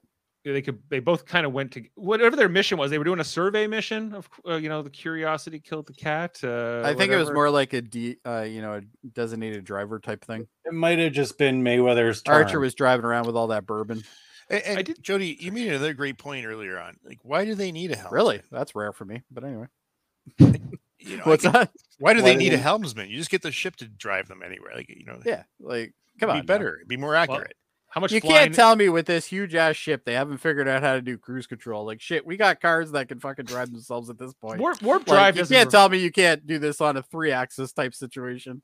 S2: they could they both kind of went to whatever their mission was. They were doing a survey mission of uh, you know the Curiosity killed the cat. Uh,
S1: I think it was
S2: whatever.
S1: more like a D, uh, you know, a designated driver type thing.
S3: it might have just been Mayweather's turn.
S1: Archer was driving around with all that bourbon.
S4: And, and
S2: did-
S4: Jody, you made another great point earlier on. Like why do they need a helmsman?
S1: Really, that's rare for me. But anyway,
S4: You know, I
S1: what's
S4: can-
S1: that?
S4: Why do
S3: Why
S4: they
S3: do
S4: need
S3: they-
S4: a helmsman? You just get the ship to drive them anywhere. Like you know,
S1: Yeah, like
S4: it'd
S1: come on,
S4: be
S1: now.
S4: better, it'd be more accurate.
S2: how much
S1: You
S2: flying-
S1: can't tell me with this huge ass ship they haven't figured out how to do cruise control. Like shit, we got cars that can fucking drive themselves at this point.
S2: warp warp
S1: Like,
S2: drive.
S1: you
S2: doesn't
S1: can't
S2: re-
S1: tell me you can't do this on a three axis type situation.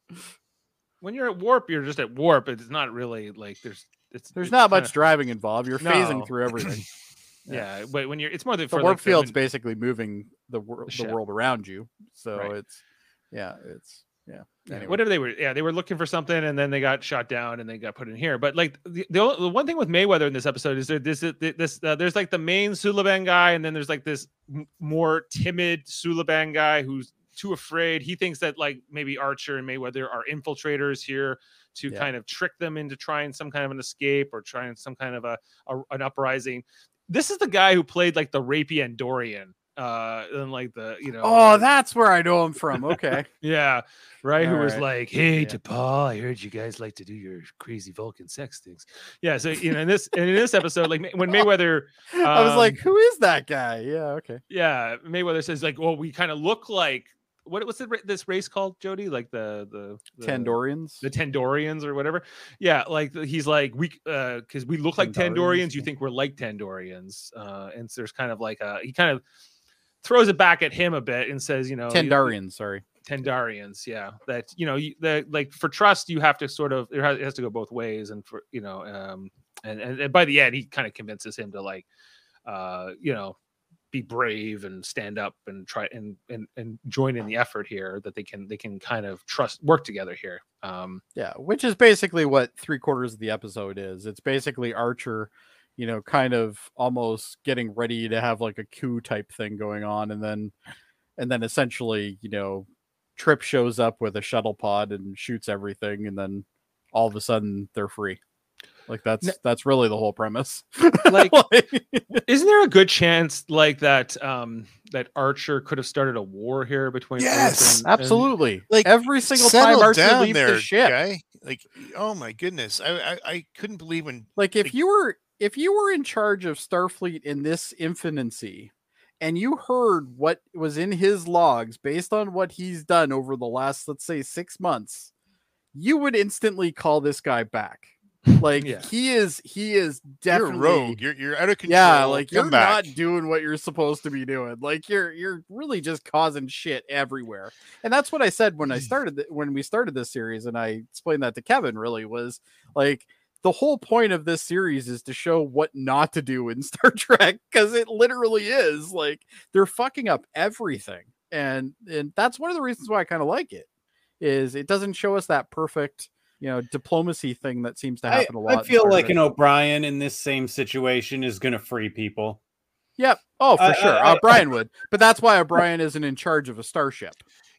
S2: when you're at warp, you're just at warp. It's not really like there's it's
S1: There's
S2: it's
S1: not much
S2: kinda-
S1: driving involved. You're phasing
S2: No.
S1: through everything.
S2: yeah, but when you're it's more than
S1: the
S2: for
S1: warp
S2: like the
S1: field's
S2: min-
S1: basically moving the world the
S2: ship.
S1: world around you. So
S2: Right.
S1: it's yeah, it's yeah.
S2: Yeah,
S1: Anyway.
S2: Whatever they were, yeah, they were looking for something, and then they got shot down, and they got put in here. But like the the, o- the one thing with Mayweather in this episode is there this this uh, there's like the main Sulaban guy, and then there's like this m- more timid Sulaban guy who's too afraid. He thinks that like maybe Archer and Mayweather are infiltrators here to
S1: Yeah.
S2: kind of trick them into trying some kind of an escape or trying some kind of a, a an uprising. This is the guy who played like the rapey Andorian, uh, and like the you know
S1: Oh, that's where I know him from. Okay.
S2: yeah, right. Who was
S1: Alright.
S2: like, "Hey,
S1: Yeah.
S2: DePaul, I heard you guys like to do your crazy Vulcan sex things." Yeah, so you know, in this and in this episode, like May- when Mayweather,
S1: I was like,
S2: Um,
S1: who is that guy? Yeah, okay.
S2: yeah, Mayweather says like, "Well, we kind of look like what was it, this race called, Jody? Like the the, the
S1: Tandorians.
S2: the Tandorians or whatever." Yeah, like the- he's like we because we look like
S1: Tandorians,
S2: Tandorians, you
S1: yeah.
S2: think we're like Tandorians, uh, and so there's kind of like a he kind of throws it back at him a bit and says, you know,
S1: Oh,
S2: you- you-
S1: Tandarians, sorry.
S2: Tendarians, yeah. That you know, you- that like for trust, you have to sort of it has, it has to go both ways, and for you know, um, and and, and by the end, he kind of convinces him to like, uh, you know, be brave and stand up and try and and and join in the effort here that they can they can kind of trust work together here. Um,
S1: Yeah, which is basically what three quarters of the episode is. It's basically Archer, you know, kind of almost getting ready to have like a coup type thing going on, and then, and then essentially, you know, Trip shows up with a shuttle pod and shoots everything, and then all of a sudden they're free. Like that's
S2: N-
S1: that's really the whole premise.
S2: like,
S1: Like-
S2: isn't there a good chance like that um that Archer could have started a war here between Earth
S4: Yes,
S2: and- and-
S1: Absolutely.
S4: like,
S1: every single time
S4: Settle
S1: Archer
S4: down
S1: leaves
S4: there,
S1: the ship.
S4: guy. Like oh my goodness, I I, I couldn't believe when
S1: Like if
S4: Like-
S1: you were if you were in charge of Starfleet in this infinity and you heard what was in his logs based on what he's done over the last let's say 6 months, you would instantly call this guy back. Like
S2: Yeah.
S1: he is he is definitely
S4: you're a rogue, you're you're out of control.
S1: yeah, like
S4: come
S1: you're
S4: back.
S1: not doing what you're supposed to be doing. Like you're you're really just causing shit everywhere. And that's what I said when I started th- when we started this series and I explained that to Kevin really was like the whole point of this series is to show what not to do in Star Trek cuz it literally is like they're fucking up everything. And and that's one of the reasons why I kind of like it is it doesn't show us that perfect you know diplomacy thing that seems to
S3: I,
S1: happen a
S3: I
S1: lot. in
S3: feel
S1: Star
S3: like
S1: Trek.
S3: an O'Brien in this same situation is going to free people.
S1: Yep. Oh, for
S2: Uh,
S3: I- I-
S1: sure.
S3: I-
S1: O'Brien would, but that's why O'Brien isn't in charge of a starship,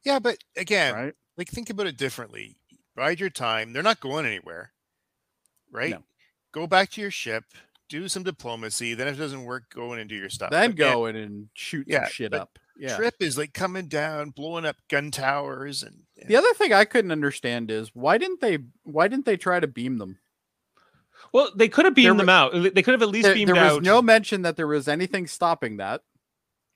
S4: Yeah, but again,
S1: right?
S4: like think about it differently. Bide your time. They're not going anywhere, right?
S1: No.
S4: Go back to your ship. do some diplomacy. Then if it doesn't work, go in and do your
S2: uh,
S4: stuff.
S1: Then
S4: But, man,
S1: go in and shoot
S4: Yeah,
S1: some shit
S4: but
S1: up. Yeah.
S4: Trip is like coming down, blowing up gun towers, and, and
S1: The other thing I couldn't understand is why didn't they why didn't they try to beam them?
S2: Well, they could have beamed
S1: wa-
S2: them out. They could have at least
S1: There,
S2: beamed
S1: there was
S2: out.
S1: no mention that there was anything stopping that.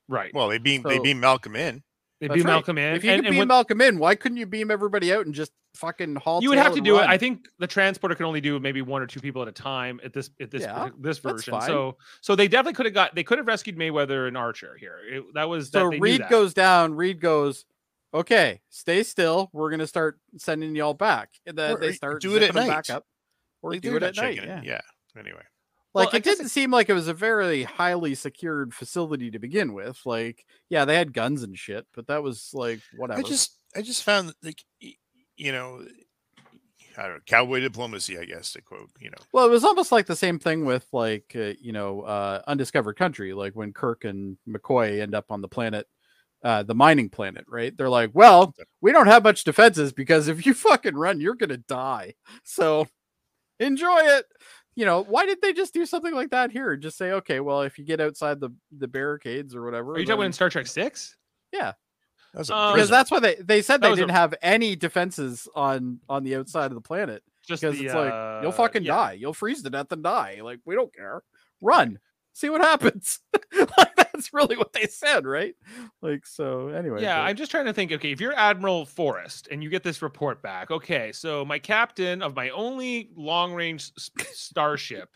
S2: right.
S4: well, they beam they
S1: So-
S4: beam Malcolm in.
S2: They
S1: That's
S2: beam
S1: right.
S2: Malcolm in.
S1: if you
S2: and,
S1: could
S2: and
S1: beam
S2: when-
S1: Malcolm in, why couldn't you beam everybody out and just fucking haul?
S2: you would have
S1: tail
S2: to
S1: and
S2: do
S1: run?
S2: it. I think the transporter can only do maybe one or two people at a time at this at this
S1: Yeah,
S2: partic- this
S1: that's
S2: version.
S1: fine.
S2: So so they definitely could have got they could have rescued Mayweather and Archer here. It- that was
S1: so.
S2: that, they knew
S1: Reed
S2: that.
S1: goes down. Reed goes. Okay, stay still. We're gonna start sending y'all back. And then
S4: Or- or
S1: they start
S4: do it at
S1: zipping 'em back
S4: night.
S1: up, or
S4: Like,
S1: do
S4: they're
S1: it
S4: not
S1: at night.
S4: checking
S1: Yeah.
S4: it. yeah. Anyway,
S2: Well,
S1: Like
S2: I
S1: it
S2: guess
S1: didn't seem like it was a very highly secured facility to begin with. Like, yeah, they had guns and shit, but that was like whatever.
S4: I just I just found that, like y- you know I don't know cowboy diplomacy I guess to quote you know
S1: Well, it was almost like the same thing with like uh, you know uh, undiscovered country, like when Kirk and McCoy end up on the planet, uh, the mining planet, right? They're like, well, we don't have much defenses because if you fucking run, you're gonna die. So enjoy it. You know, why did they just do something like that here? and Just say, okay, well, if you get outside the the barricades or whatever,
S2: Are you talking about
S1: then-
S2: in Star Trek Six?
S4: that was a
S2: Um,
S1: because
S4: prison.
S1: that's why they they said
S2: That
S1: they
S2: was a-
S1: didn't have any defenses on on the outside of the planet
S2: Just
S1: because
S2: the,
S1: it's like
S2: uh,
S1: you'll fucking
S2: yeah.
S1: die. You'll freeze to death and die. Like we don't care. Run. See what happens. like that's really what they said, right? Like so. Anyway.
S2: Yeah,
S1: but-
S2: I'm just trying to think. Okay, if you're Admiral Forrest and you get this report back, okay, so my captain of my only long range starship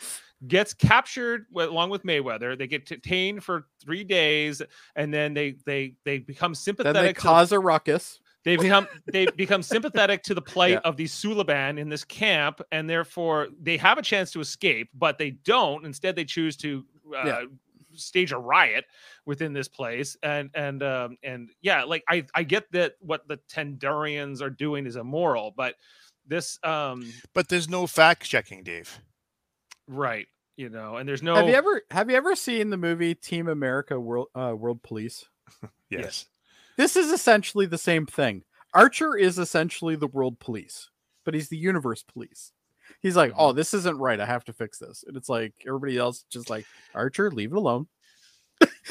S2: gets captured wi- along with Mayweather. They get detained for three days, and then they they they become
S1: then
S2: sympathetic.
S1: they
S2: to the-
S1: cause a ruckus.
S2: they become they become sympathetic to the plight
S1: Yeah.
S2: of the Suliban in this camp, and therefore they have a chance to escape, but they don't. Instead, they choose to uh,
S1: Yeah.
S2: stage a riot within this place, and and um, and yeah, like I I get that what the Tendurians are doing is immoral, but this um
S4: but there's no fact checking Dave
S2: right you know, and there's no
S1: Have you ever have you ever seen the movie Team America World uh, World Police?
S4: yes,
S1: This is essentially the same thing. Archer is essentially the world police, but he's the universe police. He's like,
S3: Mm-hmm.
S1: oh, this isn't right. I have to fix this. And it's like everybody else just like Archer, leave it alone.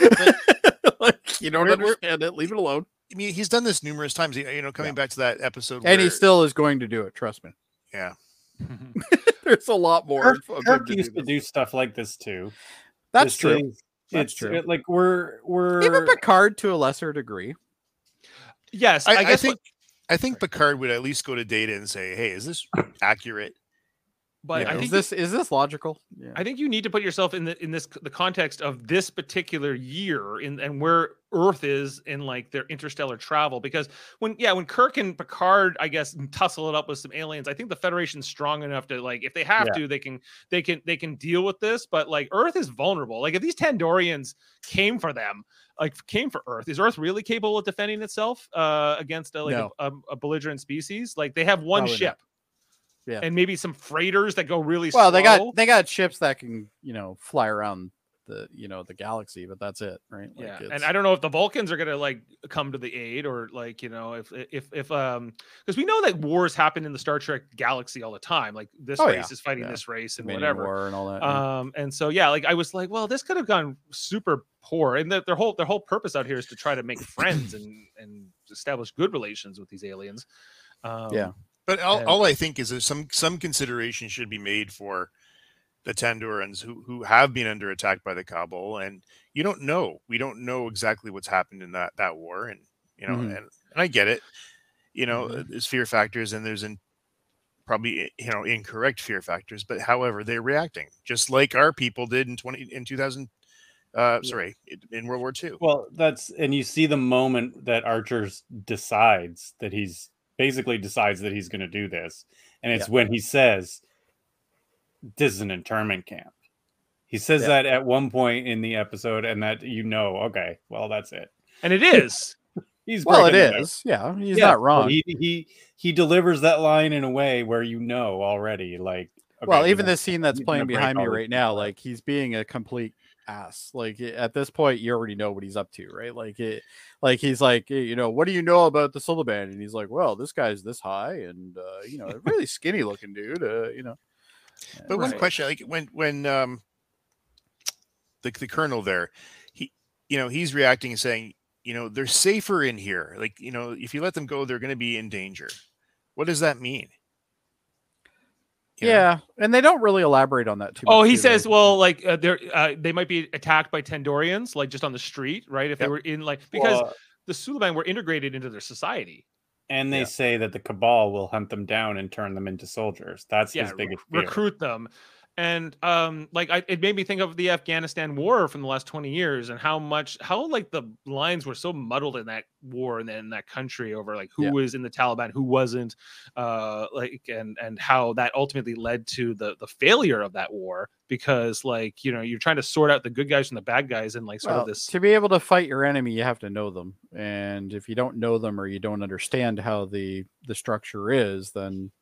S1: like, you don't
S4: We're- we're-
S1: understand it. Leave it alone.
S4: I mean he's done this numerous times you you know coming
S1: Yeah.
S4: back to that episode
S1: and he
S4: where-
S1: still is going to do it. Trust me.
S4: Yeah.
S1: There's a lot more.
S3: Kirk,
S1: of him
S3: Kirk
S1: to do
S3: used to
S1: this.
S3: do stuff like this too.
S1: That's
S3: This
S1: true.
S3: is-
S1: That's
S3: it's
S1: true.
S3: it- like we're we're
S1: Even Picard to a lesser degree.
S2: yes, I,
S4: I, I,
S2: guess
S4: think
S2: what-
S4: I think Picard would at least go to data and say hey is this accurate
S2: but
S4: Yeah.
S2: I
S1: is
S2: think you-
S1: this is this logical? Yeah.
S2: I think you need to put yourself in the in this c- the context of this particular year in and where Earth is in like their interstellar travel because when yeah when Kirk and Picard I guess m- tussle it up with some aliens I think the Federation's strong enough to like if they have to they can they can they can deal with this but like Earth is vulnerable like if these Tandorians came for them like came for Earth is Earth really capable of defending itself uh against a, like a-
S1: No.
S2: a, a belligerent species like they have one
S1: Probably not.
S2: ship
S1: Yeah.
S2: and maybe some freighters that go really slow.
S1: well, they got they got ships that can you know fly around the you know the galaxy, but that's it, right? Like,
S2: yeah,
S1: it's-
S2: and I don't know if the Vulcans are gonna like come to the aid or like you know if if if um because we know that wars happen in the Star Trek galaxy all the time. Like this
S1: Oh, yeah,
S2: race is fighting
S1: yeah.
S2: this race and
S1: Dominion
S2: whatever.
S1: War and all that. yeah.
S2: Um and so yeah, like I was like, well, this could have gone super poor. And their, their whole their whole purpose out here is to try to make friends and and establish good relations with these aliens. Um,
S1: Yeah.
S4: But all,
S2: Yeah.
S4: all I think is that some some consideration should be made for the Tandurans who who have been under attack by the Kabul, and you don't know. We don't know exactly what's happened in that that war, and you know,
S1: Mhm.
S4: and, and I get it. You know, uh, there's fear factors, and there's in, probably i- you know incorrect fear factors. But however, they're reacting just like our people did in twenty in two thousand. Uh, sorry, in- in World War Two.
S3: well that's and you see the moment that Archer's decides that he's basically decides that he's going to do this, and it's when he says, "This is an internment camp." He says
S1: Yeah.
S3: that at one point in the episode, and that you know, okay, well that's it.
S2: and it is.
S3: He's
S1: well, it
S3: breaking the
S1: is. Yeah, he's
S3: Yeah,
S1: not
S3: but
S1: wrong.
S3: He, he he delivers that line in a way where you know already, like okay,
S1: well,
S3: you
S1: even
S3: know,
S1: this scene that's
S3: he's
S1: playing
S3: gonna break
S1: behind me
S3: all these
S1: right now,
S3: people up.
S1: like he's being a complete ass. Like i- at this point, you already know what he's up to, right? Like it, like he's like, eh, you know, what do you know about the Sylvan? And he's like, well, this guy's this high, and uh, you know, a really skinny looking dude. Uh, you know,
S4: But one
S2: Right.
S4: question, like when when um the, the colonel there, he, you know, he's reacting and saying, you know, they're safer in here. Like, you know, if you let them go, they're going to be in danger. What does that mean? You know?
S1: Yeah, and they don't really elaborate on that too.
S2: Oh,
S1: much,
S2: he
S1: do they?
S2: says, well, like uh, they're uh, they might be attacked by Tandorians, like just on the street, right? If they
S4: Yep.
S2: were in like because
S3: Well,
S2: the Suleiman were integrated into their society.
S3: and they
S1: yeah.
S3: say that the cabal will hunt them down and turn them into soldiers. That's
S2: yeah,
S3: his biggest
S2: rec-
S3: fear.
S2: recruit them. And um, like I, it made me think of the Afghanistan war from the last twenty years and how much how like the lines were so muddled in that war and then in that country over like who
S1: Yeah.
S2: was in the Taliban, who wasn't, uh, like and and how that ultimately led to the the failure of that war because like you know you're trying to sort out the good guys from the bad guys and like sort
S1: Well,
S2: of this
S1: to be able to fight your enemy, you have to know them, and if you don't know them or you don't understand how the the structure is, then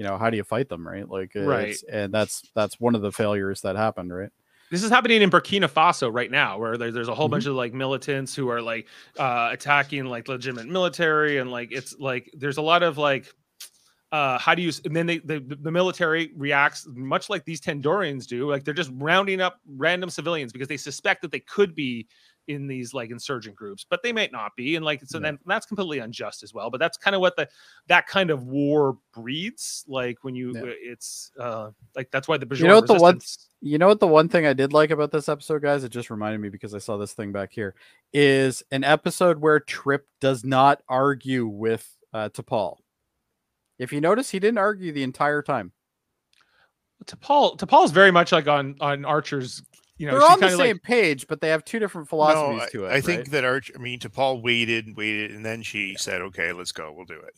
S1: you know how do you fight them, right? Like,
S2: Right.
S1: it's- and that's that's one of the failures that happened, right?
S2: this is happening in Burkina Faso right now, where there, there's a whole
S1: Mm-hmm.
S2: bunch of like militants who are like uh, attacking like legitimate military, and like it's like there's a lot of like uh, how do you? s- And then they, the the military reacts much like these Tandorians do, like they're just rounding up random civilians because they suspect that they could be in these like insurgent groups, but they might not be, and like so
S1: Yeah.
S2: then that's completely unjust as well. But that's kind of what the that kind of war breeds, like when you
S1: Yeah.
S2: it's uh, like that's why the Bajoran
S1: know what the one-
S2: resistance-
S1: You know what the one thing I did like about this episode, guys? It just reminded me because I saw this thing back here is an episode where Trip does not argue with uh, T'Pol. If you notice, he didn't argue the entire time.
S2: T'Pol T'Pol's very much like on on Archer's. You know,
S1: They're
S2: she's
S1: on the
S2: kinda
S1: same
S2: like-
S1: page, but they have two different philosophies
S4: No,
S1: to it.
S4: I, I think
S1: right?
S4: that Arch, I mean, T'Pol waited and waited, and then she said, okay, let's go. We'll do it.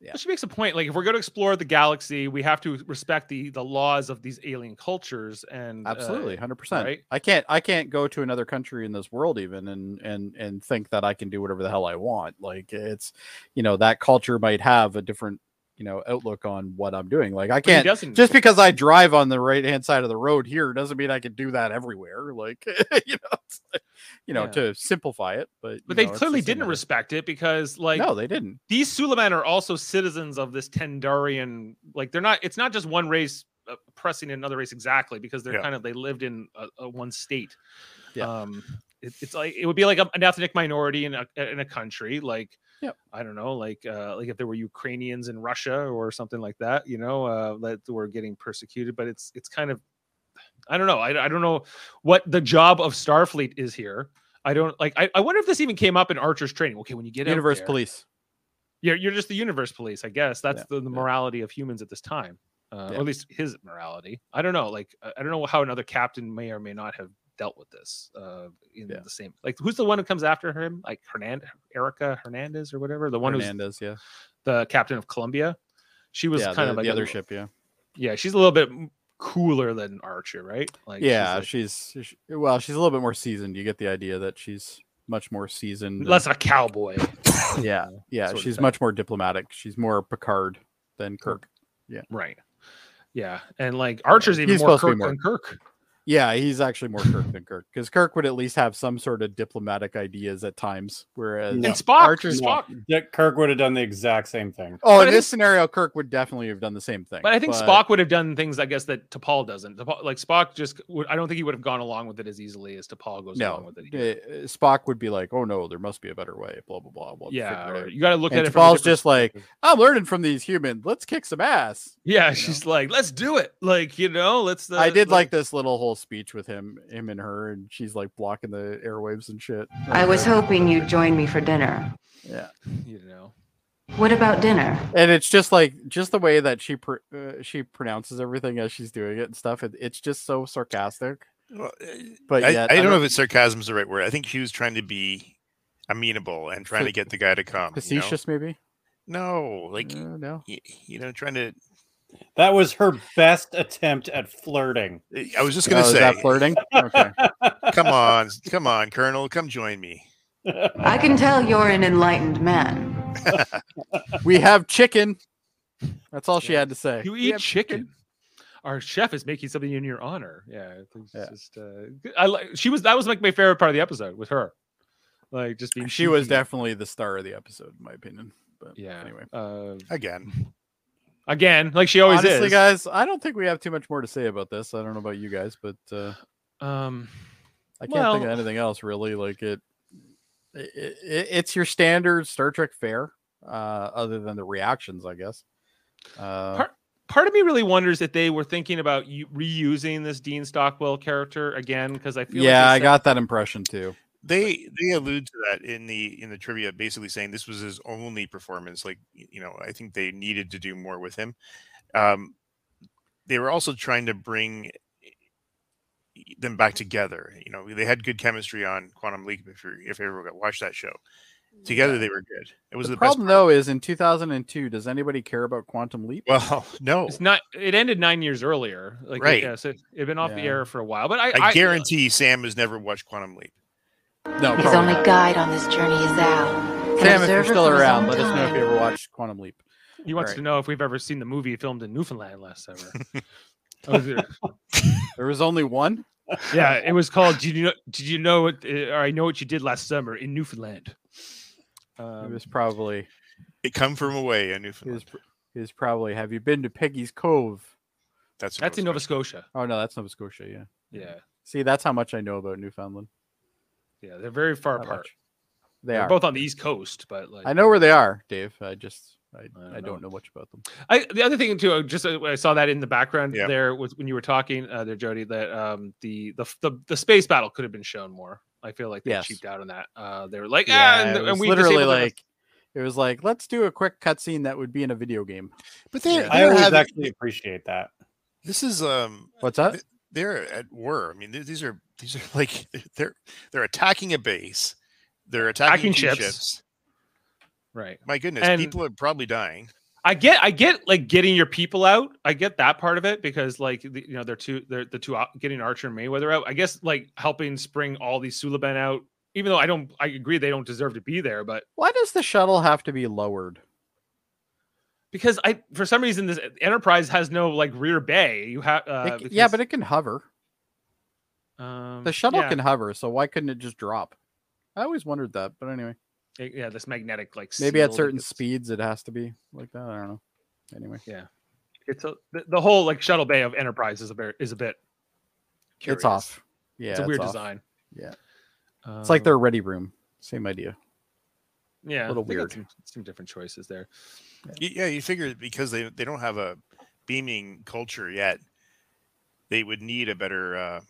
S1: yeah.
S2: well, she makes a point. Like, if we're going to explore the galaxy, we have to respect the the laws of these alien cultures. And uh,
S1: absolutely 100%
S2: right?
S1: i can't i can't go to another country in this world even and and and think that i can do whatever the hell i want like it's you know that culture might have a different you know outlook on what i'm doing like i
S2: but he
S1: can't
S2: doesn't
S1: just because i drive on the right hand side of the road here doesn't mean i can do that everywhere like you know it's like- you know
S2: Yeah.
S1: to simplify it but you
S2: But they
S1: know, it's
S2: clearly
S1: the same
S2: didn't
S1: idea.
S2: respect it because, like,
S1: no they didn't
S2: these Suleiman are also citizens of this Tendarian. Like, they're not. It's not just one race uh, oppressing another race exactly because they're
S4: Yeah.
S2: kind of they lived in a, a one state.
S1: Yeah.
S2: Um, it, it's like it would be like a- an ethnic minority in a in a country like
S1: Yep.
S2: I don't know like uh, like if there were Ukrainians in Russia or something like that you know uh, that were getting persecuted but it's it's kind of I don't know I, I don't know what the job of Starfleet is here I don't like I, I wonder if this even came up in Archer's training okay when you get out
S1: universe
S2: there-
S1: police
S2: you're, you're just the universe police i guess that's the, the
S1: yeah.
S2: morality of humans at this time uh,
S1: Yeah.
S2: or at least his morality i don't know like i I don't know how another captain may or may not have dealt with this uh in
S1: Yeah.
S2: the same like who's the one who comes after him like hernandez erica hernandez or whatever the one who's
S1: hernandez yeah
S2: the captain of columbia she was
S1: yeah
S2: kind
S1: the,
S2: of like
S1: the
S2: a
S1: other
S2: little-
S1: ship yeah
S2: yeah she's a little bit m- cooler than archer right like she's
S1: yeah,
S2: like,
S1: she's, she- well, she's a little bit more seasoned. You get the idea that she's much more seasoned. and-
S2: less of a cowboy
S1: yeah, yeah,
S2: sort of
S1: she's
S2: thing.
S1: much more diplomatic. She's more Picard than Kirk.
S2: right yeah and like archer's even
S1: he's
S2: more
S1: supposed to
S2: kirk
S1: be more-
S2: than kirk
S1: Yeah, he's actually more Kirk than Kirk because Kirk would at least have some sort of diplomatic ideas at times, whereas.
S3: No.
S2: and spock
S1: Archer's-
S2: spock
S3: Dick Kirk would have done the exact same thing.
S2: But
S1: Oh,
S2: I
S1: in this
S2: think-
S1: scenario, Kirk would definitely have done the same thing.
S2: But I think Spock would have done things, I guess, that T'Pol doesn't. T'Pol, like Spock just, would, I don't think he would have gone along with it as easily as T'Pol goes along
S1: No,
S2: with
S1: uh,
S2: it. here.
S1: Spock would be like, "Oh no, there must be a better way." Blah blah blah. We'll
S2: yeah,
S1: figure it
S2: or
S1: out."
S2: you got to look
S1: And
S2: at it. from a
S1: T'Pol's
S2: different
S1: just like,
S2: perspective.
S1: I'm learning from these humans. Let's kick some ass.
S2: yeah.
S1: know?
S2: She's like, let's do it. Like you know, let's. Uh,
S1: I did like this little whole speech with him, him and her, and she's like blocking the airwaves and shit.
S6: I was hoping you'd join me for dinner.
S1: yeah.
S2: you know.
S6: What about dinner?
S1: And it's just like just the way that she pr- uh, she pronounces everything as she's doing it and stuff. It, it's just so sarcastic.
S4: Well, uh,
S1: But
S4: I,
S1: yet,
S4: I
S1: I
S4: don't know
S1: don't-
S4: if it's sarcasm is the right word. I think she was trying to be amenable and trying to get the guy to come. you know?
S1: Facetious, maybe.
S4: No, like
S1: Uh, no.
S4: y- you know, trying to.
S3: That was her best attempt at flirting.
S4: I was just gonna
S1: Oh, is
S4: say,
S1: that flirting. Okay.
S4: come on, come on, Colonel, come join me.
S6: I can tell you're an enlightened man.
S1: we have chicken. That's all she had to say.
S2: You
S1: "We
S2: eat
S1: have
S2: chicken. Our chef is making something in your honor. Yeah, I think it's
S1: Yeah.
S2: just. Uh, good- I like. She was. That was like my favorite part of the episode with her. Like just being.
S1: She was
S2: cheeky.
S1: definitely the star of the episode, in my opinion. But
S2: Yeah.
S1: Anyway.
S2: Uh,
S4: Again,
S2: again, like she always
S1: Honestly,
S2: is.
S1: guys, I don't think we have too much more to say about this. I don't know about you guys, but uh,
S2: Um,
S1: I can't think of
S2: Well-
S1: anything else really. Like it, it, it it's your standard Star Trek fare, uh, other than the reactions, I guess. Uh,
S2: Part- Part of me really wonders if they were thinking about u- reusing this Dean Stockwell character again because I feel like
S1: yeah, I
S2: they said-
S1: got that impression too.
S4: they they allude to that in the in the trivia basically saying this was his only performance like y- you know i think they needed to do more with him um they were also trying to bring e, them back together you know they had good chemistry on quantum leap if you if everyone got watched that show together they were good it was
S1: The,
S4: the,
S1: problem
S4: best
S1: though is in 2002, does anybody care about Quantum Leap?
S4: well no
S2: It's not. It ended nine years earlier. Like
S4: Right.
S2: Yeah, so it had been off the
S1: Yeah.
S2: air for a while. But I,
S4: i guarantee sam has never watched quantum leap
S1: No,
S7: His
S1: probably
S7: only
S1: not.
S7: guide on this journey is Al.
S1: Sam, if you're
S7: observer
S1: still
S7: for his
S1: around,
S7: own
S1: let us know if
S7: time.
S1: you ever watched Quantum Leap.
S2: He wants
S1: Right.
S2: to know if we've ever seen the movie filmed in Newfoundland last summer. I was there.
S1: There was only one.
S2: yeah, it was called. Did you know? Did you know what? uh, Or I know what you did last summer in Newfoundland.
S1: it
S2: Um,
S1: was probably
S4: it come from away in
S1: it was,
S4: newfoundland
S1: pr- it was probably. Have you been to Peggy's Cove?
S4: that's
S2: that's in Nova Scotia.
S1: Oh no, that's Nova Scotia. Yeah.
S2: Yeah,
S1: See, that's how much I know about Newfoundland.
S2: yeah, they're very far
S1: Not
S2: apart.
S1: much. They
S2: They're
S1: are.
S2: both on the East Coast, but like
S1: I know where they are, Dave. I just I, I,
S2: don't
S1: don't, know. much about them.
S2: I, the other thing too, uh, just uh, I saw that in the background
S4: Yeah.
S2: there was when you were talking uh, there, Jody, that um, the, the the the space battle could have been shown more. I feel like they
S1: Yes.
S2: cheaped out on that. Uh, they were like, ah,
S1: it
S2: and, and
S1: was
S2: we
S1: literally
S2: disabled the-
S1: like it was like let's do a quick cutscene that would be in a video game.
S4: but they
S1: Yeah.
S3: I always actually appreciate that.
S4: this is um
S1: What's up?
S4: Th- they're at war. I mean, th- these are these are like they're they're attacking a base. They're
S2: Attacking
S4: attacking two
S2: ships.
S4: ships.
S2: right.
S4: My goodness,
S2: And-
S4: people are probably dying.
S2: I get, I get like getting your people out. I get that part of it because like the, you know they're two, they're the two out- getting Archer and Mayweather out. I guess like helping spring all these Suliban out, even though I don't, I agree they don't deserve to be there, but
S1: Why does the shuttle have to be lowered?
S2: because I for some reason this Enterprise has no like rear bay. You have
S1: It
S2: uh,
S1: c- yeah,
S2: because,
S1: but it can hover.
S2: um,
S1: The shuttle
S2: yeah.
S1: can hover, so why couldn't it just drop? I always wondered that, but anyway,
S2: It- yeah, this magnetic like
S1: maybe
S2: seal
S1: at
S2: that
S1: certain
S2: gets-
S1: speeds it has to be like that. I don't know. Anyway,
S2: It's a, the, the whole like shuttle bay of Enterprise is a very is a bit. curious.
S1: it's off. Yeah,
S2: it's a weird
S1: off.
S2: design.
S1: Yeah. It's like
S2: Um,
S1: their ready room. Same idea.
S2: yeah
S1: little
S2: they got
S1: weird.
S2: Some, some different choices there.
S4: Y- Yeah, you figure because they they don't have a beaming culture yet, they would need a better uh,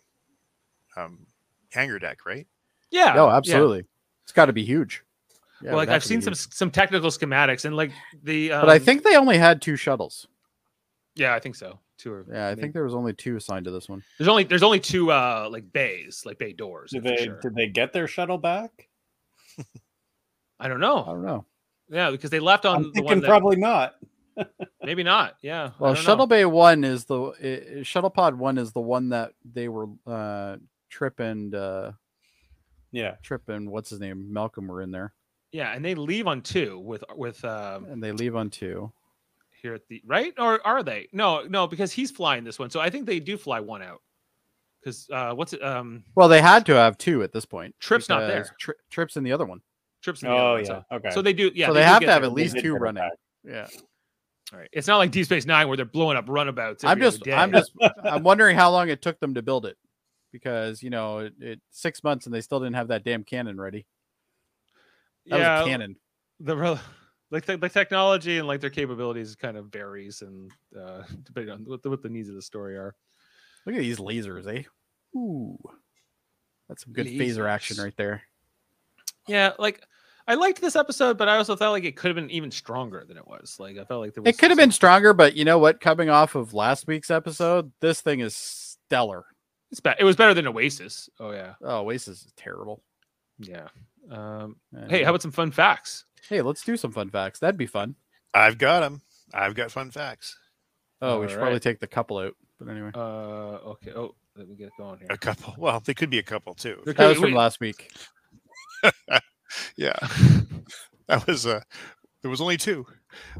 S4: um, hangar deck, right?
S2: Yeah.
S1: no,
S2: yeah.
S1: absolutely. It's got to be huge. Yeah, it
S2: well,
S1: would
S2: like
S1: have
S2: I've
S1: to be
S2: seen
S1: huge.
S2: some some technical schematics and like the. Um,
S1: but I think they only had two shuttles.
S2: Yeah, I think so. Two or
S1: Yeah, I
S2: maybe-
S1: think there was only two assigned to this one.
S2: there's only there's only two uh like bays like bay doors.
S3: Did
S2: for
S3: they
S2: sure.
S3: did they get their shuttle back?
S2: I don't
S1: I
S2: know.
S1: don't know.
S2: Yeah, because they left on
S3: I'm
S2: the
S3: thinking
S2: one that
S3: probably not.
S2: maybe not. Yeah. I
S1: Well,
S2: don't know.
S1: shuttle bay one is the i- i- shuttle pod one is the one that they were uh, Trip and uh,
S3: Yeah.
S1: Trip and what's his name Malcolm were in there,
S2: Yeah, and they leave on two with with um
S1: and they leave on two.
S2: here at the right or are they no no because he's flying this one so i think they do fly one out because uh what's it um
S1: Well, they had to have two at this point.
S2: Trip's not
S1: because
S2: there.
S1: Tri- Trip's in the other one,
S2: trips in the other
S3: Oh
S2: one,
S3: yeah.
S2: so,
S3: okay.
S2: so they do yeah
S1: so they
S2: do
S1: have
S2: get
S1: to have
S2: their-
S1: at least
S3: did
S1: two
S3: get it
S1: running.
S3: back.
S1: Yeah,
S2: all right. it's not like deep space nine where they're blowing up runabouts
S1: I'm
S2: every other
S1: just,
S2: day.
S1: I'm just, I'm wondering how long it took them to build it, because you know it, it six months and they still didn't have that damn cannon ready. That was
S2: yeah
S1: a cannon.
S2: the rel- like the, the technology and like their capabilities kind of varies and uh depending on what the, what the needs of the story are
S1: Look at these lasers, eh? Ooh, that's some good phaser action
S2: Lasers.
S1: right there.
S2: yeah like I liked this episode, but I also felt like it could have been even stronger than it was. Like I felt like there was
S1: It could have
S2: some-
S1: been stronger, but you know what? Coming off of last week's episode, this thing is stellar.
S2: It's be- it was better than Oasis. Oh yeah,
S1: Oh, Oasis is terrible.
S2: yeah. Um, Hey,
S1: Anyway.
S2: how about some fun facts?
S1: hey, let's do some fun facts. That'd be fun.
S4: I've got them. I've got fun facts.
S1: Oh, we
S2: All
S1: should
S2: right.
S1: probably take the couple out. But anyway,
S2: Uh, okay. Oh, let me get it going here.
S4: A couple. Well, they could be a couple too.
S2: There
S1: that
S2: could-
S1: was from
S2: we-
S1: last week.
S4: Yeah, that was uh There was only two.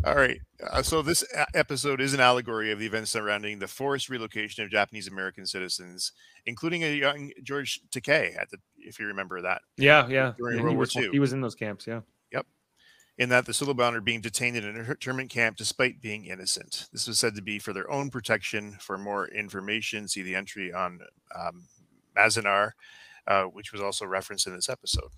S4: All right. Uh, so this e- episode is an allegory of the events surrounding the forced relocation of Japanese American citizens, including a young George Takei at the, if you remember that,
S2: yeah, yeah.
S4: During
S2: yeah,
S4: World
S2: he,
S4: War
S2: was,
S4: II.
S2: he was in those camps. Yeah.
S4: in that the Silverbound are being detained in an internment camp despite being innocent. This was said to be for their own protection. For more information, see the entry on um, Mazinar uh, which was also referenced in this episode.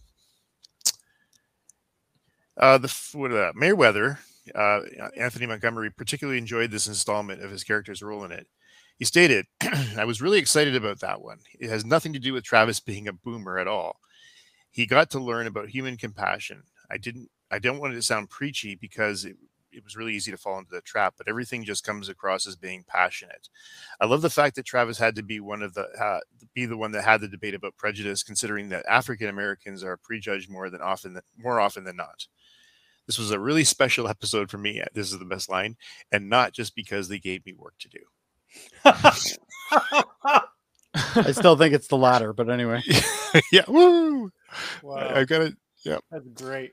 S4: Uh, the f- what, uh, Meriwether, uh, Anthony Montgomery, particularly enjoyed this installment of his character's role in it. He stated, I was really excited about that one. It has nothing to do with Travis being a boomer at all. He got to learn about human compassion. I didn't I don't want it to sound preachy because it, it was really easy to fall into the trap, but everything just comes across as being passionate. I love the fact that Travis had to be one of the uh, be the one that had the debate about prejudice, considering that African Americans are prejudged more than often than, more often than not. This was a really special episode for me. This is the best line, and not just because they gave me work to do.
S1: I still think it's the latter, but anyway.
S4: yeah, woo!
S3: Wow.
S4: I, have got it.
S3: That's great.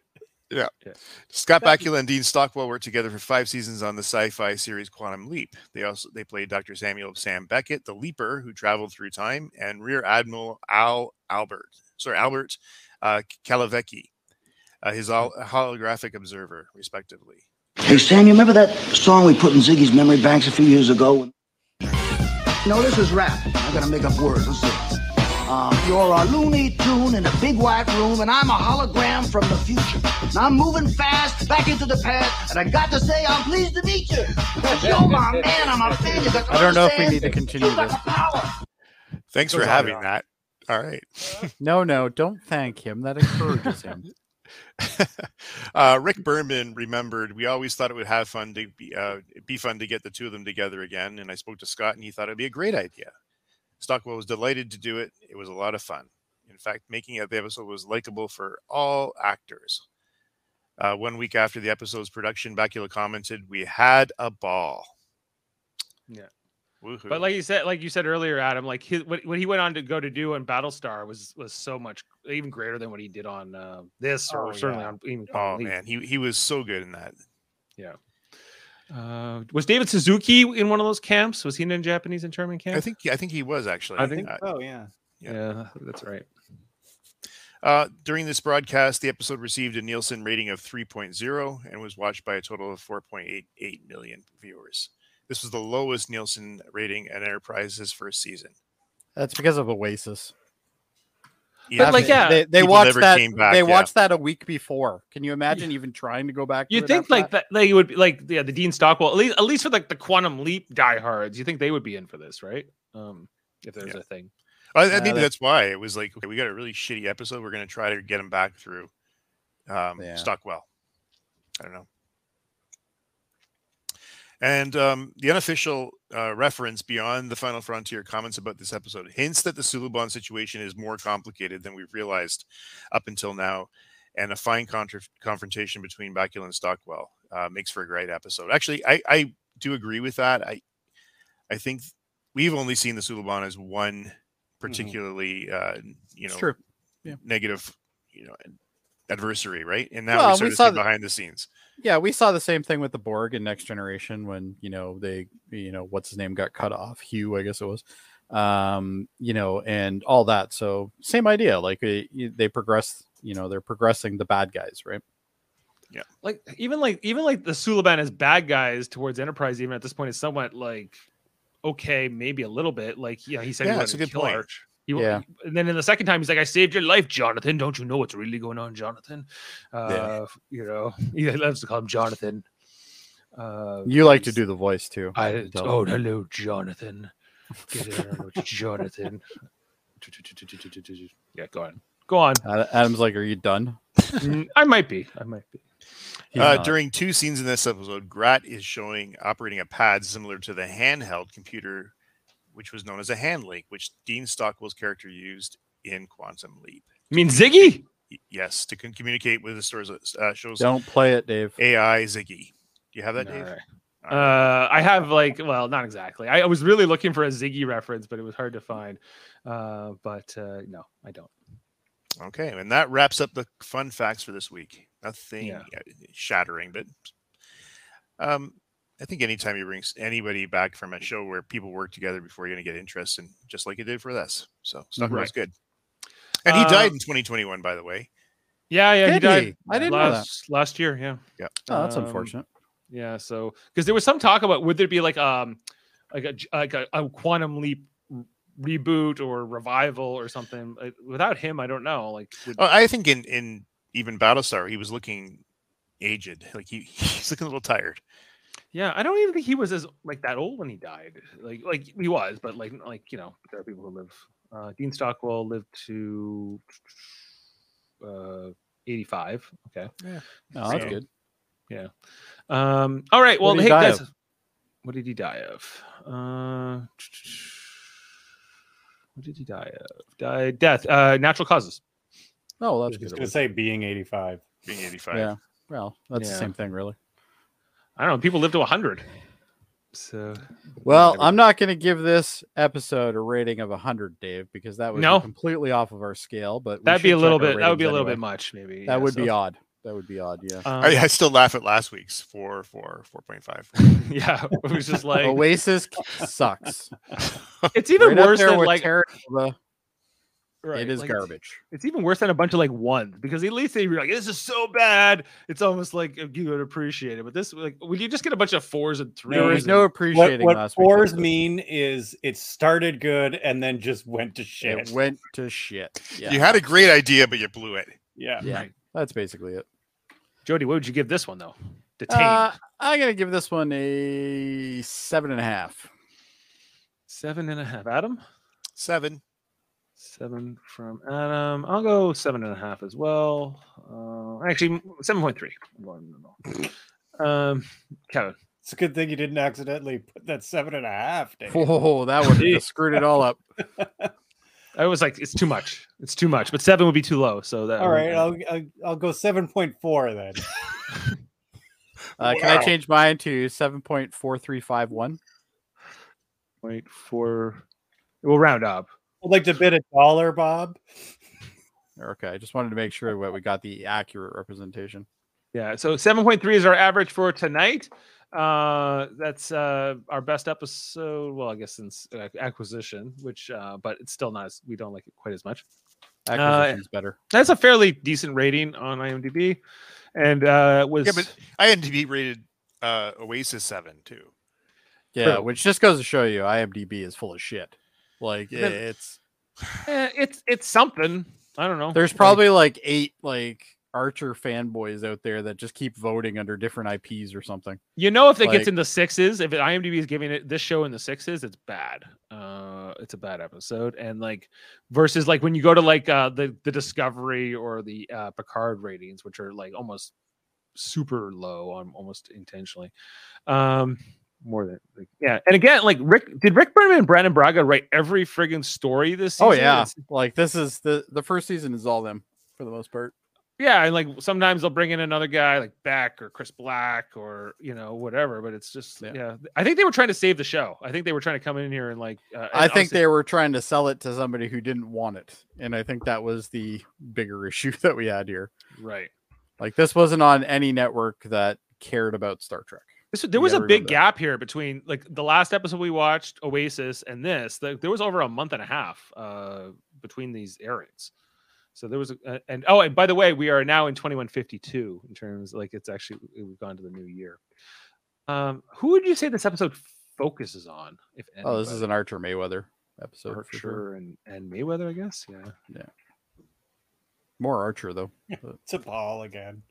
S4: Scott
S3: Thank
S4: Bakula and Dean Stockwell worked together for five seasons on the sci-fi series Quantum Leap. They also they played Dr. Samuel Sam Beckett, the Leaper, who traveled through time, and Rear Admiral Al Albert, sorry Albert uh, Kalavecki, uh, his hol- holographic observer, respectively.
S5: Hey, Sam, you remember that song we put in Ziggy's memory banks a few years ago? No, this is rap. I gotta make up words. Let's see. Um, you're a Looney Tune in a big white room, and I'm a hologram from the future. Now I'm moving fast back into the past, and I got to say I'm pleased to meet you. 'Cause you're my man. I'm a fan. You got to
S1: I don't know if we
S5: understand.
S1: need to continue
S5: You got
S1: this.
S5: the power.
S4: Thanks for
S1: Goes on and
S4: having
S1: on.
S4: that. All right.
S1: No, no, don't thank him. That encourages him.
S4: uh, Rick Berman remembered we always thought it would have fun to be, uh, be fun to get the two of them together again. And I spoke to Scott, and he thought it'd be a great idea. Stockwell was delighted to do it. It was a lot of fun. In fact, making it the episode was likable for all actors. Uh, one week after the episode's production, Bakula commented, "We had a ball."
S2: Yeah.
S4: Woohoo.
S2: But like you said, like you said earlier, Adam, like his, what, what he went on to go to do on Battlestar was was so much even greater than what he did on uh, this, or
S3: Oh,
S2: certainly
S3: yeah.
S2: on even.
S4: oh
S2: Quantum Leap.
S4: man, he he was so good in that.
S2: Uh, was David Suzuki in one of those camps? Was he in a Japanese internment camp?
S4: I think I think he was actually.
S2: I think
S4: Uh,
S3: Oh yeah.
S4: yeah.
S2: yeah, that's right.
S4: Uh, during this broadcast, the episode received a Nielsen rating of 3.0 and was watched by a total of 4.88 million viewers. This was the lowest Nielsen rating at Enterprise's first season.
S1: That's because of Oasis.
S2: But, like,
S1: They-
S2: yeah,
S1: they, they
S4: people
S1: watched
S4: never
S1: that.
S4: came back,
S1: they
S4: yeah.
S1: watched that a week before. Can you imagine even trying to go back? to
S2: You
S1: it
S2: think
S1: after
S2: like
S1: that?
S2: that, like it would be like yeah, the Dean Stockwell at least, at least for like the Quantum Leap diehards. You think they would be in for this, right? Um, if there's
S4: Yeah.
S2: a thing.
S4: I, I
S1: Yeah,
S4: think
S1: they-
S4: that's why it was like, okay, we got a really shitty episode. We're going to try to get him back through um,
S1: Yeah.
S4: Stockwell. I don't know. And um, the unofficial uh, reference beyond the Final Frontier comments about this episode hints that the Suluban situation is more complicated than we've realized up until now. And a fine contra- confrontation between Bakula and Stockwell uh, makes for a great episode. Actually, I, I do agree with that. I I think we've only seen the Suluban as one particularly, uh, you
S1: Mm-hmm. It's
S4: know,
S1: true. Yeah.
S4: negative, you know, adversary, right? And now
S1: Well,
S4: we start
S1: we
S4: to
S1: saw
S4: see
S1: the-
S4: behind the scenes.
S1: Yeah, we saw the same thing with the Borg in Next Generation when you know they, you know, what's his name got cut off, Hugh, I guess it was, um, you know, and all that. So same idea, like they, they progress, you know, they're progressing the bad guys, right?
S2: like even like even like the Suliban as bad guys towards Enterprise, even at this point, is somewhat like okay, maybe a little bit. Like yeah, he said
S4: Yeah,
S2: he
S4: that's
S2: wanted to
S4: a good
S2: kill
S4: point.
S2: Arch. He, wa-
S1: Yeah.
S2: And then in the second time, he's like, "I saved your life, Jonathan. Don't you know what's really going on, Jonathan?" Uh, You know, he loves to call him Jonathan. Uh,
S1: You like to
S2: he's-
S1: do the voice too.
S2: I
S1: can tell.
S2: oh hello, Jonathan. Get in there, with Jonathan. Yeah, go on, go on.
S1: Ad- Adam's like, are you done?
S2: Mm, I might be. I might be.
S1: He's
S4: Uh,
S1: not.
S4: during two scenes in this episode, Grat is showing operating a pad similar to the handheld computer, which was known as a hand link, which Dean Stockwell's character used in Quantum Leap.
S2: I mean, Ziggy.
S4: Y- Yes, to con- communicate with the stores, uh, shows
S1: don't play it, Dave.
S4: AI Ziggy. Do you have that,
S2: All
S4: Dave?
S2: right.
S4: All right.
S2: Uh, I have like, well, not exactly. I, I was really looking for a Ziggy reference, but it was hard to find. Uh, but uh, no, I don't.
S4: Okay, and that wraps up the fun facts for this week. Nothing
S2: Yeah.
S4: uh, shattering, but um, I think anytime you bring s- anybody back from a show where people work together before, you're going to get interest, and just like it did for this. So stuff was
S2: Right.
S4: good. And he
S2: Uh,
S4: died in 2021, by the way.
S2: Yeah, yeah, he
S1: Did
S2: died.
S1: he? I didn't know that.
S2: last, last year. Yeah,
S1: Oh, that's
S2: um,
S1: unfortunate.
S2: yeah. So because there was some talk about would there be like um like a j- like a, a quantum leap r- reboot or revival or something. Like, without him, I don't know. Like, would,
S4: Oh, I think in in even Battlestar, he was looking aged. Like he he's looking a little tired.
S2: yeah, I don't even think he was as like that old when he died. Like, like he was, but like, like you know, there are people who live. Uh, Dean Stockwell lived to uh, eighty-five. Okay.
S1: Oh, that's
S4: So-
S1: good.
S2: Um, all right. Well,
S1: did
S2: hey
S1: he die
S2: guys, what did he die of? Uh, what did he die of? Died death, uh, natural causes.
S1: Oh, well,
S3: I
S1: that's
S3: was just
S1: good.
S3: gonna say being 85.
S4: Being eighty five.
S1: Yeah. Well, that's
S2: Yeah.
S1: the same thing, really.
S2: I don't know. People live to hundred. So
S1: Well,
S3: Whatever.
S1: I'm not going to give this episode a rating of 100, Dave, because that would
S2: No.
S1: be completely off of our scale. But we
S2: that'd be
S1: should
S2: a little
S1: check our
S2: bit. That would be a
S1: ratings
S2: little bit
S1: anyway.
S2: much, maybe.
S1: That
S2: yeah,
S1: would
S2: so,
S1: be odd. That would be odd. Yeah.
S2: um,
S4: I, I still laugh at last week's four, four, four point five.
S2: yeah, it was just like
S1: Oasis sucks.
S2: it's even
S1: Right up
S2: worse
S1: there
S2: than
S1: with
S2: like
S1: Terra Nova,
S2: right,
S1: it is
S2: like,
S1: garbage.
S2: It's even worse than a bunch of like ones because at least they were like, "This is so bad." It's almost like uh, you would appreciate it, but this like, when you just get a bunch of fours and threes,
S1: There was no
S2: and-
S1: appreciating
S3: What, what
S1: last week's
S3: fours
S1: episode.
S3: mean is it started good and then just went to shit.
S1: It went to shit. Yeah.
S4: You had a great idea, but you blew it.
S3: yeah.
S1: yeah.
S2: Right.
S1: That's basically it.
S2: Jody, what would you give this one though? Detained.
S1: Uh, I'm gonna give this one a seven and a half.
S2: seven and a half. Adam?
S4: Seven.
S2: Seven from Adam. I'll go seven and a half as well. Uh, actually, m- 7.3. I'm going with no. Um, Kevin.
S3: It's a good thing you didn't accidentally put that seven and a half. Dave.
S1: Oh, that would have screwed it all up.
S2: I was like, it's too much. It's too much, but seven would be too low. So that
S3: All right, I'll, I'll I'll go seven point four then.
S1: Uh, Can I
S4: Wow.
S1: change mine to seven point four three five one?
S2: point four. We'll round up.
S3: I'd like to bid a dollar, Bob.
S1: Okay, I just wanted to make sure that we got the accurate representation.
S2: Yeah. So 7.3 is our average for tonight. Uh, that's uh our best episode. Well, I guess since uh, acquisition, which uh, but it's still not as we don't like it quite as much. Uh,
S1: Acquisition's better.
S2: That's a fairly decent rating on IMDb, and uh, was
S4: Yeah, but I had to be rated uh, Oasis seven too.
S1: Yeah,
S2: true.
S1: which just goes to show you, IMDb is full of shit. Like
S4: Then-
S1: it's
S2: eh, it's it's something. I don't know.
S1: there's
S2: Like,
S1: probably like eight like Archer fanboys out there that just keep voting under different IPs or something.
S2: you know if it gets
S1: like-
S2: in the sixes, if IMDb is giving it this show in the sixes, it's bad. Uh, it's a bad episode, and like versus like when you go to like uh the the Discovery or the uh, Picard ratings, which are like almost super low on almost intentionally. Um, more than like, yeah, and again, like Rick did Rick Berman and Brandon Braga write every friggin' story this season?
S1: Oh yeah,
S2: It's-
S1: like this is the the first season is all them for the most part.
S2: yeah, and like sometimes they'll bring in another guy like Beck or Chris Black or you know whatever, but it's just yeah.
S1: Yeah.
S2: I think they were trying to save the show. I think they were trying to come in here and like uh,
S1: I
S2: and
S1: think
S2: obviously-
S1: they were trying to sell it to somebody who didn't want it, and I think that was the bigger issue that we had here.
S2: right.
S1: Like this wasn't on any network that cared about Star Trek.
S2: This, there
S1: Yeah,
S2: was
S1: I
S2: a big
S1: remember.
S2: gap here between like the last episode we watched Oasis and this. Like, there was over a month and a half uh, between these airings. So there was a, a- and oh and by the way we are now in 2152 in terms like it's actually we've gone to the new year. Um, who would you say this episode focuses on? If
S1: Oh, this is
S2: anybody?
S1: an Archer Mayweather episode for sure.
S2: Archer and, and Mayweather, I guess. Yeah,
S1: More Archer though.
S3: To Paul again.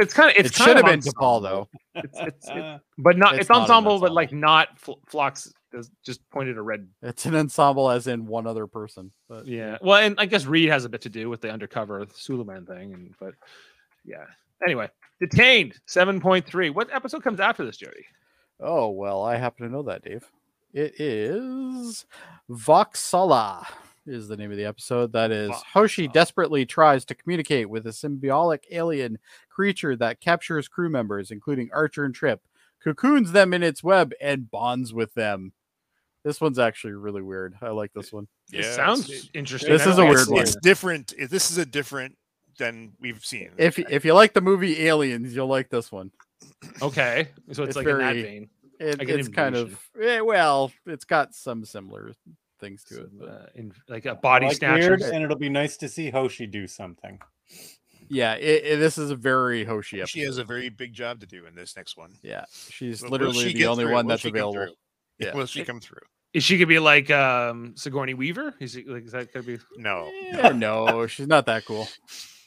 S2: it's kind of it's
S1: it
S2: kind
S1: should
S2: of
S1: have been DePaul though.
S2: It's- it's-
S3: Uh,
S2: it- but not it's,
S1: It's not an
S2: ensemble, but
S1: ensemble.
S2: like not fl- Flox does- just pointed a red.
S1: It's an ensemble as in one other person. But
S2: Yeah, well, and I guess Reed has a bit to do with the undercover Suleiman thing, and but yeah. Anyway, detained seven point three. What episode comes after this, Jody?
S1: oh well, I happen to know that, Dave. It is Voxala is the name of the episode. That is Hoshi
S2: Voxala.
S1: desperately tries to communicate with a symbiotic alien creature that captures crew members, including Archer and Trip, cocoons them in its web, and bonds with them. This one's actually really weird. I like this one.
S2: it
S4: Yeah,
S2: sounds
S4: it's-
S2: interesting.
S1: This
S2: I don't
S1: is a
S2: think
S1: weird
S4: It's,
S2: I've
S1: one.
S4: it's different. it- This is a different than we've seen.
S1: If if you like the movie Aliens, you'll like this one.
S2: seen- Okay, so it's,
S1: It's
S2: like in that
S1: very-
S2: vein.
S1: It,
S2: Like an
S1: it's kind of
S2: invasion.
S1: eh, well, it's got some similar things to it.
S2: Some,
S1: but-
S2: uh, in, like a body
S3: I like
S2: snatchers.
S3: and it'll be nice to see Hoshi do something.
S1: Yeah, it, it- this is a very Hoshi episode.
S4: She has a very big job to do in this next one.
S1: yeah, she's
S4: Will- will
S1: literally
S4: she
S1: the
S4: get
S1: only
S4: through?
S1: one
S4: Will
S1: that's
S4: she come
S1: available.
S4: through?
S1: Yeah.
S4: Will she come through?
S2: Is she gonna be like um Sigourney Weaver? Is it like is that gonna be
S4: No.
S1: Yeah, no, she's not that cool.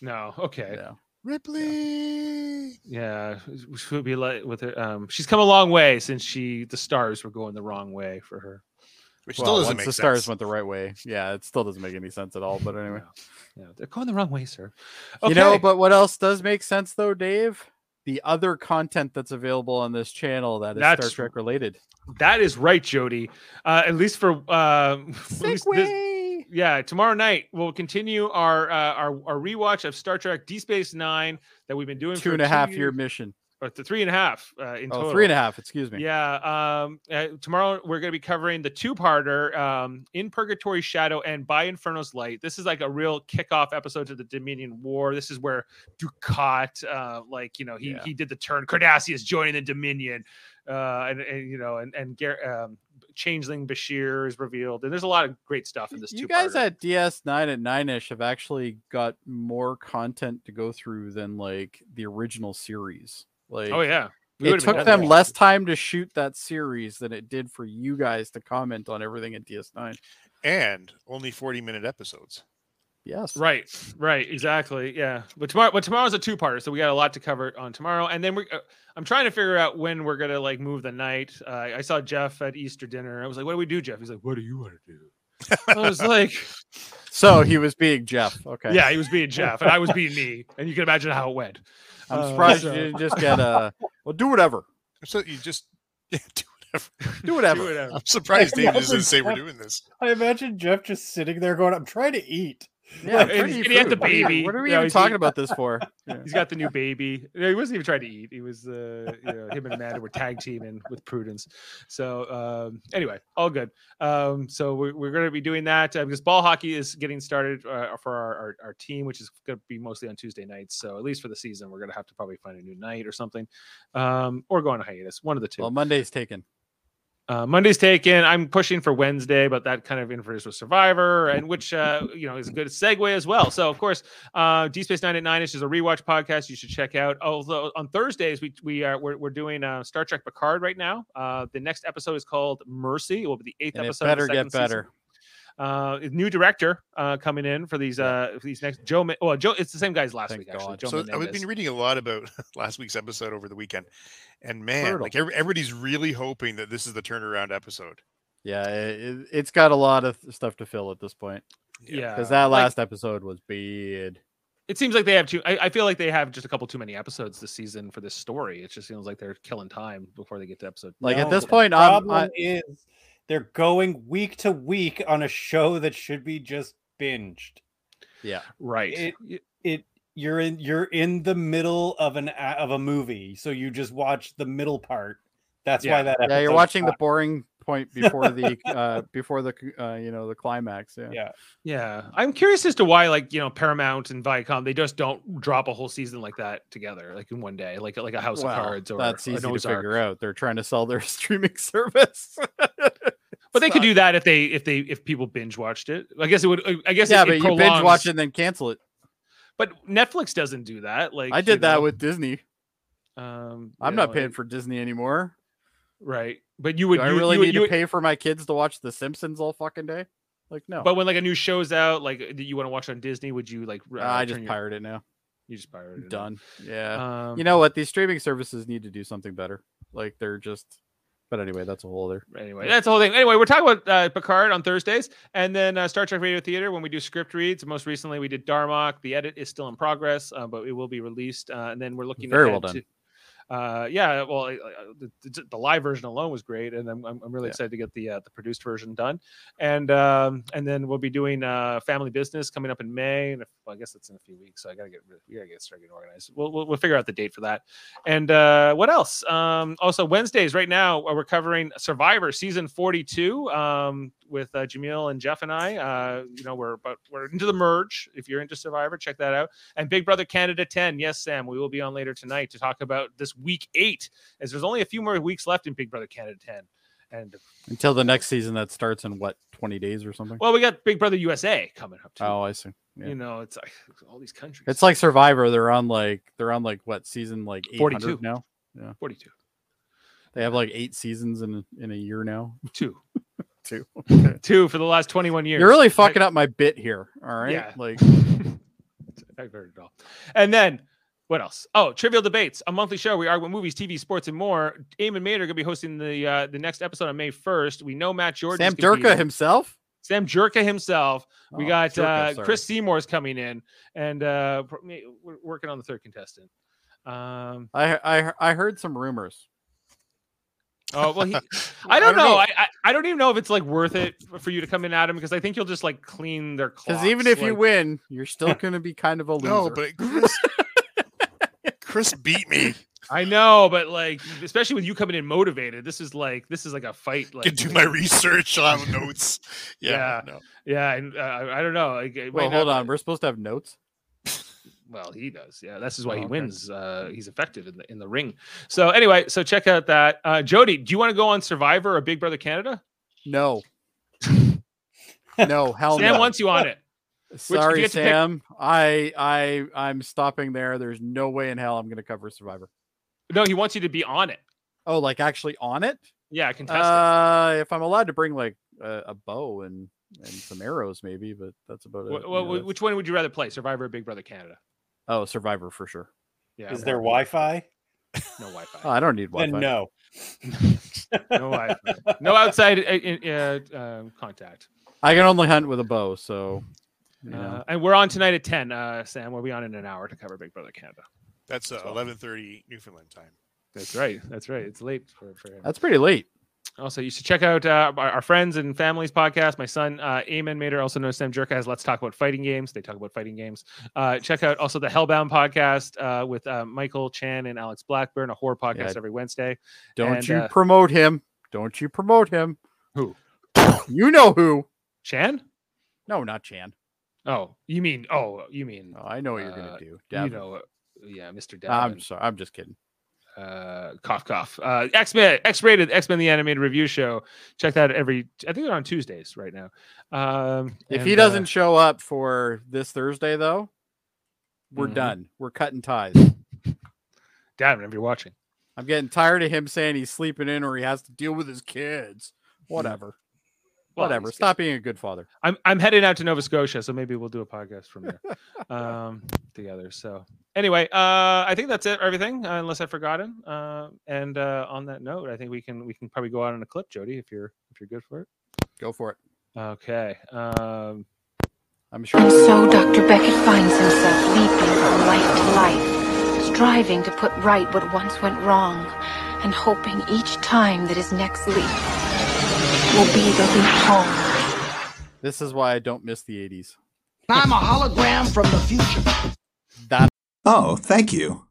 S2: no? Okay,
S1: No.
S4: Ripley.
S2: yeah, she would be like with her. Um, she's come a long way since she the stars were going the wrong way for her.
S4: Which
S1: Well,
S4: still
S1: once
S4: doesn't make
S1: the
S4: sense.
S1: stars went the right way. Yeah, it still doesn't make any sense at all. But anyway,
S2: Yeah, they're going the wrong way, sir.
S1: you know.
S2: Okay.
S1: But what else does make sense though, Dave? The other content that's available on this channel that is
S2: That's-
S1: Star Trek related.
S2: That is right, Jody. Uh, at least for uh, at least this-
S1: Segway!
S2: yeah, tomorrow night we'll continue our uh, our our rewatch of Star Trek D Space Nine that we've been doing
S1: Two
S2: for
S1: and a half year
S2: years-
S1: mission.
S2: or th- three and a half uh, in
S1: Oh,
S2: total.
S1: three and a half. Excuse me.
S2: Yeah. Um, uh, tomorrow we're going to be covering the two-parter um, in Purgatory Shadow and by Inferno's Light. This is like a real kickoff episode to the Dominion War. This is where Ducat, uh, like you know, he
S1: Yeah.
S2: he did the turn. Cardassius joining the Dominion, uh, and, and you know, and and Gar- um, Changeling Bashir is revealed, and there's a lot of great stuff in this.
S1: you guys
S2: two-parter.
S1: at DS9 at 9ish have actually got more content to go through than like the original series. Like,
S2: oh yeah, We
S1: it
S2: would've been
S1: took
S2: done
S1: them
S2: there.
S1: less time to shoot that series than it did for you guys to comment on everything at DS9.
S4: And only 40 minute episodes.
S1: Yes.
S2: Right, right, exactly. Yeah, but tomorrow, but tomorrow's a two-parter, so we got a lot to cover on tomorrow. And then we, uh, I'm trying to figure out when we're gonna like move the night. Uh, I saw Jeff at Easter dinner. I was like, "What do we do, Jeff?" He's like, "What do you want to do?" I was like,
S1: So he was being Jeff. Okay.
S2: "Yeah." He was being Jeff, and I was being me, and you can imagine how it went.
S1: I'm
S2: Uh,
S1: surprised
S2: so-
S1: you didn't just get a, well, do whatever.
S4: So you just do whatever.
S1: Do whatever.
S2: whatever.
S4: I'm surprised David just
S3: Nothing.
S4: didn't say we're doing this.
S3: I imagine Jeff just sitting there going, "I'm trying to eat."
S1: Yeah.
S2: And-
S1: pretty
S2: and he had the
S1: food. What are you-
S2: baby,
S1: What are we
S2: you know,
S1: even
S2: he's
S1: talking
S2: eating-
S1: about this for? Yeah.
S2: He's got the new baby. No, he wasn't even trying to eat. He was, uh, you know, him and Amanda were tag teaming with Prudence. So um, anyway, all good. Um, so we're, we're going to be doing that uh, because ball hockey is getting started uh, for our, our, our team, which is going to be mostly on Tuesday nights. So at least for the season, we're going to have to probably find a new night or something, um, or go on a hiatus. One of the two.
S1: Well, Monday's taken.
S2: Uh, Monday's taken. I'm pushing for Wednesday, but that kind of infers with Survivor, and which uh, you know is a good segue as well. So, of course, uh, D Space Nine at Nine is just a rewatch podcast you should check out. Although on Thursdays we we are we're, we're doing uh, Star Trek Picard right now. Uh, the next episode is called Mercy. It will be the eighth
S1: And it
S2: episode.
S1: better
S2: of the second
S1: get better.
S2: Season. Uh, new director uh, coming in for these uh, for these next Joe. Ma- well, Joe, it's the same guy's last
S1: Thank
S2: week actually.
S1: God.
S2: Joe
S4: so I've
S2: Menendez.
S4: been reading a lot about last week's episode over the weekend, and man,
S1: Brutal.
S4: like every, everybody's really hoping that this is the turnaround episode.
S1: Yeah. It, it's got a lot of stuff to fill at this point
S2: yeah,
S1: because that
S2: Like-
S1: last episode was bad.
S2: it seems like they have too. I, I feel like they have just a couple too many episodes this season for this story. It just seems like they're killing time before they get to episode.
S1: Like at
S3: No,
S1: this
S3: the
S1: point, I'm,
S3: problem
S1: I,
S3: is they're going week to week on a show that should be just binged.
S1: yeah,
S2: Right.
S3: It-
S2: Y-
S3: It you're in you're in the middle of an a- of a movie, so you just watch the middle part. That's
S2: Yeah.
S3: why that
S1: yeah. You're
S3: episode's
S1: watching the
S3: not-
S1: boring point before the uh before the uh you know the climax. Yeah,
S3: yeah.
S2: yeah, I'm curious as to why, like you know, Paramount and Viacom, they just don't drop a whole season like that together, like in one day, like like a House
S1: Well,
S2: of Cards or
S1: that's
S2: an
S1: easy to
S2: Ozark.
S1: figure out. They're trying to sell their streaming service.
S2: But they could do that if they if they if people binge watched it. I guess it would. I guess
S1: yeah,
S2: it,
S1: but
S2: it
S1: you binge watch
S2: prolongs-
S1: it and then cancel it.
S2: But Netflix doesn't do that. Like
S1: I
S2: you
S1: did that
S2: know,
S1: with Disney.
S2: Um,
S1: I'm
S2: you
S1: not
S2: know,
S1: paying
S2: it-
S1: for Disney anymore.
S2: right. But you would.
S1: Do I
S2: you,
S1: really
S2: you, would-
S1: need
S2: you
S1: to
S2: would-
S1: pay for my kids to watch The Simpsons all fucking day? Like no,
S2: But when like a new show's out, like that you want to watch on Disney, would you like?
S1: Uh, I just
S2: turn your-
S1: pirate it now.
S2: You just pirated. it.
S1: Done. Yeah.
S2: Um,
S1: you know what these streaming services need to do something better like they're just but anyway that's a whole other
S2: Anyway, that's the whole thing. Anyway, we're talking about uh, Picard on Thursdays, and then uh, Star Trek Radio Theater when we do script reads. Most recently, we did Darmok. The edit is still in progress, uh, but it will be released. Uh, and then we're looking
S1: Very well
S2: ahead
S1: done.
S2: to- uh, yeah, well, I- I- the, the- the live version alone was great, and I'm, I'm I'm really
S1: Yeah.
S2: excited to get the uh, the produced version done. And um, and then we'll be doing uh, family business coming up in May, and if, well, I guess that's in a few weeks. So I gotta get rid- we gotta get started getting organized. We'll, we'll we'll figure out the date for that. And uh, what else? Um, also Wednesdays right now uh, we're covering Survivor season 42 um, with uh, Jamil and Jeff and I. Uh, you know we're but we're into the merge. If you're into Survivor, check that out. And Big Brother Canada 10. Yes, Sam, we will be on later tonight to talk about this week eight, as there's only a few more weeks left in Big Brother Canada 10. And
S1: until the next season that starts in what 20 days or something
S2: well, we got Big Brother USA coming up too.
S1: oh i see yeah.
S2: You know, it's like all these countries.
S1: it's like survivor they're on like they're on like what season like
S2: 42.
S1: 42 now
S2: 42.
S1: they have like eight seasons in in a year now
S2: Two.
S1: Two.
S2: Two for the last 21 years.
S1: You're really fucking up my bit here. All right.
S2: Yeah.
S1: Like
S2: I've heard it all. And then what else? Oh, Trivial Debates, a monthly show. We argue about movies, TV, sports, and more. Eamon Mater gonna be hosting the uh, the next episode on May 1st. We know Matt Jordan.
S1: Sam Durka himself.
S2: Sam Jerka himself. We
S1: Oh,
S2: got
S1: Durka,
S2: uh,
S1: sorry.
S2: Chris Seymour's coming in, and uh, pr- me- we're working on the third contestant. Um,
S1: I I I heard some rumors.
S2: oh well, he, I don't know. I, I I don't even know if it's like worth it f- for you to come in, Adam, because I think you'll just like clean their clocks.
S1: Because even if you
S2: like-
S1: win, you're still going to be kind of a loser.
S4: No, but Chris, Chris beat me.
S2: I know, but like especially with you coming in motivated, this is like this is like a fight. Like
S4: Can do my research on notes. Yeah. No.
S2: yeah, and uh, I I don't know. Like, it
S1: Wait,
S2: might
S1: hold
S2: not-
S1: on. We're supposed to have notes.
S2: Well, he does. Yeah, this is why he
S1: Oh, okay.
S2: wins. Uh, he's effective in the in the ring. So anyway, so check out that uh, Jody. Do you want to go on Survivor or Big Brother Canada?
S1: No. no, hell
S2: Sam
S1: Oh, no.
S2: wants you on it. you
S1: Sorry,
S2: get to pick-
S1: Sam. I I I'm stopping there. There's no way in hell I'm going to cover Survivor.
S2: No, he wants you to be on it.
S1: Oh, like actually on it?
S2: Yeah, contestant.
S1: Uh, if I'm allowed to bring like a, a bow and and some arrows, maybe, but that's about it.
S2: Wh-
S1: you
S2: wh-
S1: know,
S2: wh-
S1: that's-
S2: which one would you rather play, Survivor or Big Brother Canada?
S1: oh, Survivor for sure.
S2: Yeah,
S3: Is there Wi Fi?
S2: no Wi-Fi.
S1: Oh, I don't need
S3: Then
S1: Wi-Fi.
S3: no.
S2: no Wi-Fi. No outside uh, in- uh, um, contact.
S1: I can only hunt with a bow. So, you know.
S2: Uh, and we're on tonight at ten. Uh, Sam, we'll be on in an hour to cover Big Brother Canada.
S4: That's uh,
S2: Well.
S4: eleven thirty Newfoundland time.
S2: That's right. That's right. It's late for, for him.
S1: that's pretty late.
S2: Also, you should check out uh, our our friends and families podcast. My son, uh, Eamon Mater, also known as Sam Jerka, has Let's Talk About Fighting Games. They talk about fighting games. Uh, check out also the Hellbound podcast uh, with uh, Michael Chan and Alex Blackburn, a horror podcast
S1: Yeah.
S2: every Wednesday.
S1: Don't
S2: And,
S1: you
S2: uh,
S1: promote him. Don't you promote him.
S2: Who?
S1: You know who.
S2: Chan?
S1: No, not Chan.
S2: Oh, you mean, oh, you mean,
S1: Oh, I know what you're
S2: Uh,
S1: going to do.
S2: you
S1: Davin.
S2: know, uh, yeah, Mr. Devin.
S1: I'm sorry. I'm just kidding.
S2: uh cough cough uh x-men x-rated x-men the animated review show check that every i think they're on tuesdays right now um
S1: If he
S2: and, uh,
S1: doesn't show up for this Thursday, though, we're
S2: Mhm.
S1: done. We're cutting ties.
S2: Davin, if you're watching
S1: I'm getting tired of him saying he's sleeping in or he has to deal with his kids. Whatever.
S2: Mm-hmm. Well,
S1: Whatever.
S2: he's good.
S1: Stop being a good father.
S2: i'm i'm heading out to nova scotia so maybe we'll do a podcast from there um together so anyway uh i think that's it everything uh, unless i forgot him uh, and uh on that note i think we can we can probably go out on a clip jody if you're if you're good for it
S1: Go for it.
S2: okay um
S1: I'm sure.
S7: So Dr. Beckett finds himself leaping from life to life, striving to put right what once went wrong, and hoping each time that his next leap will be the leap home.
S1: This is why I don't miss the 80s.
S5: I'm a hologram from the future.
S1: That
S8: Oh, thank you.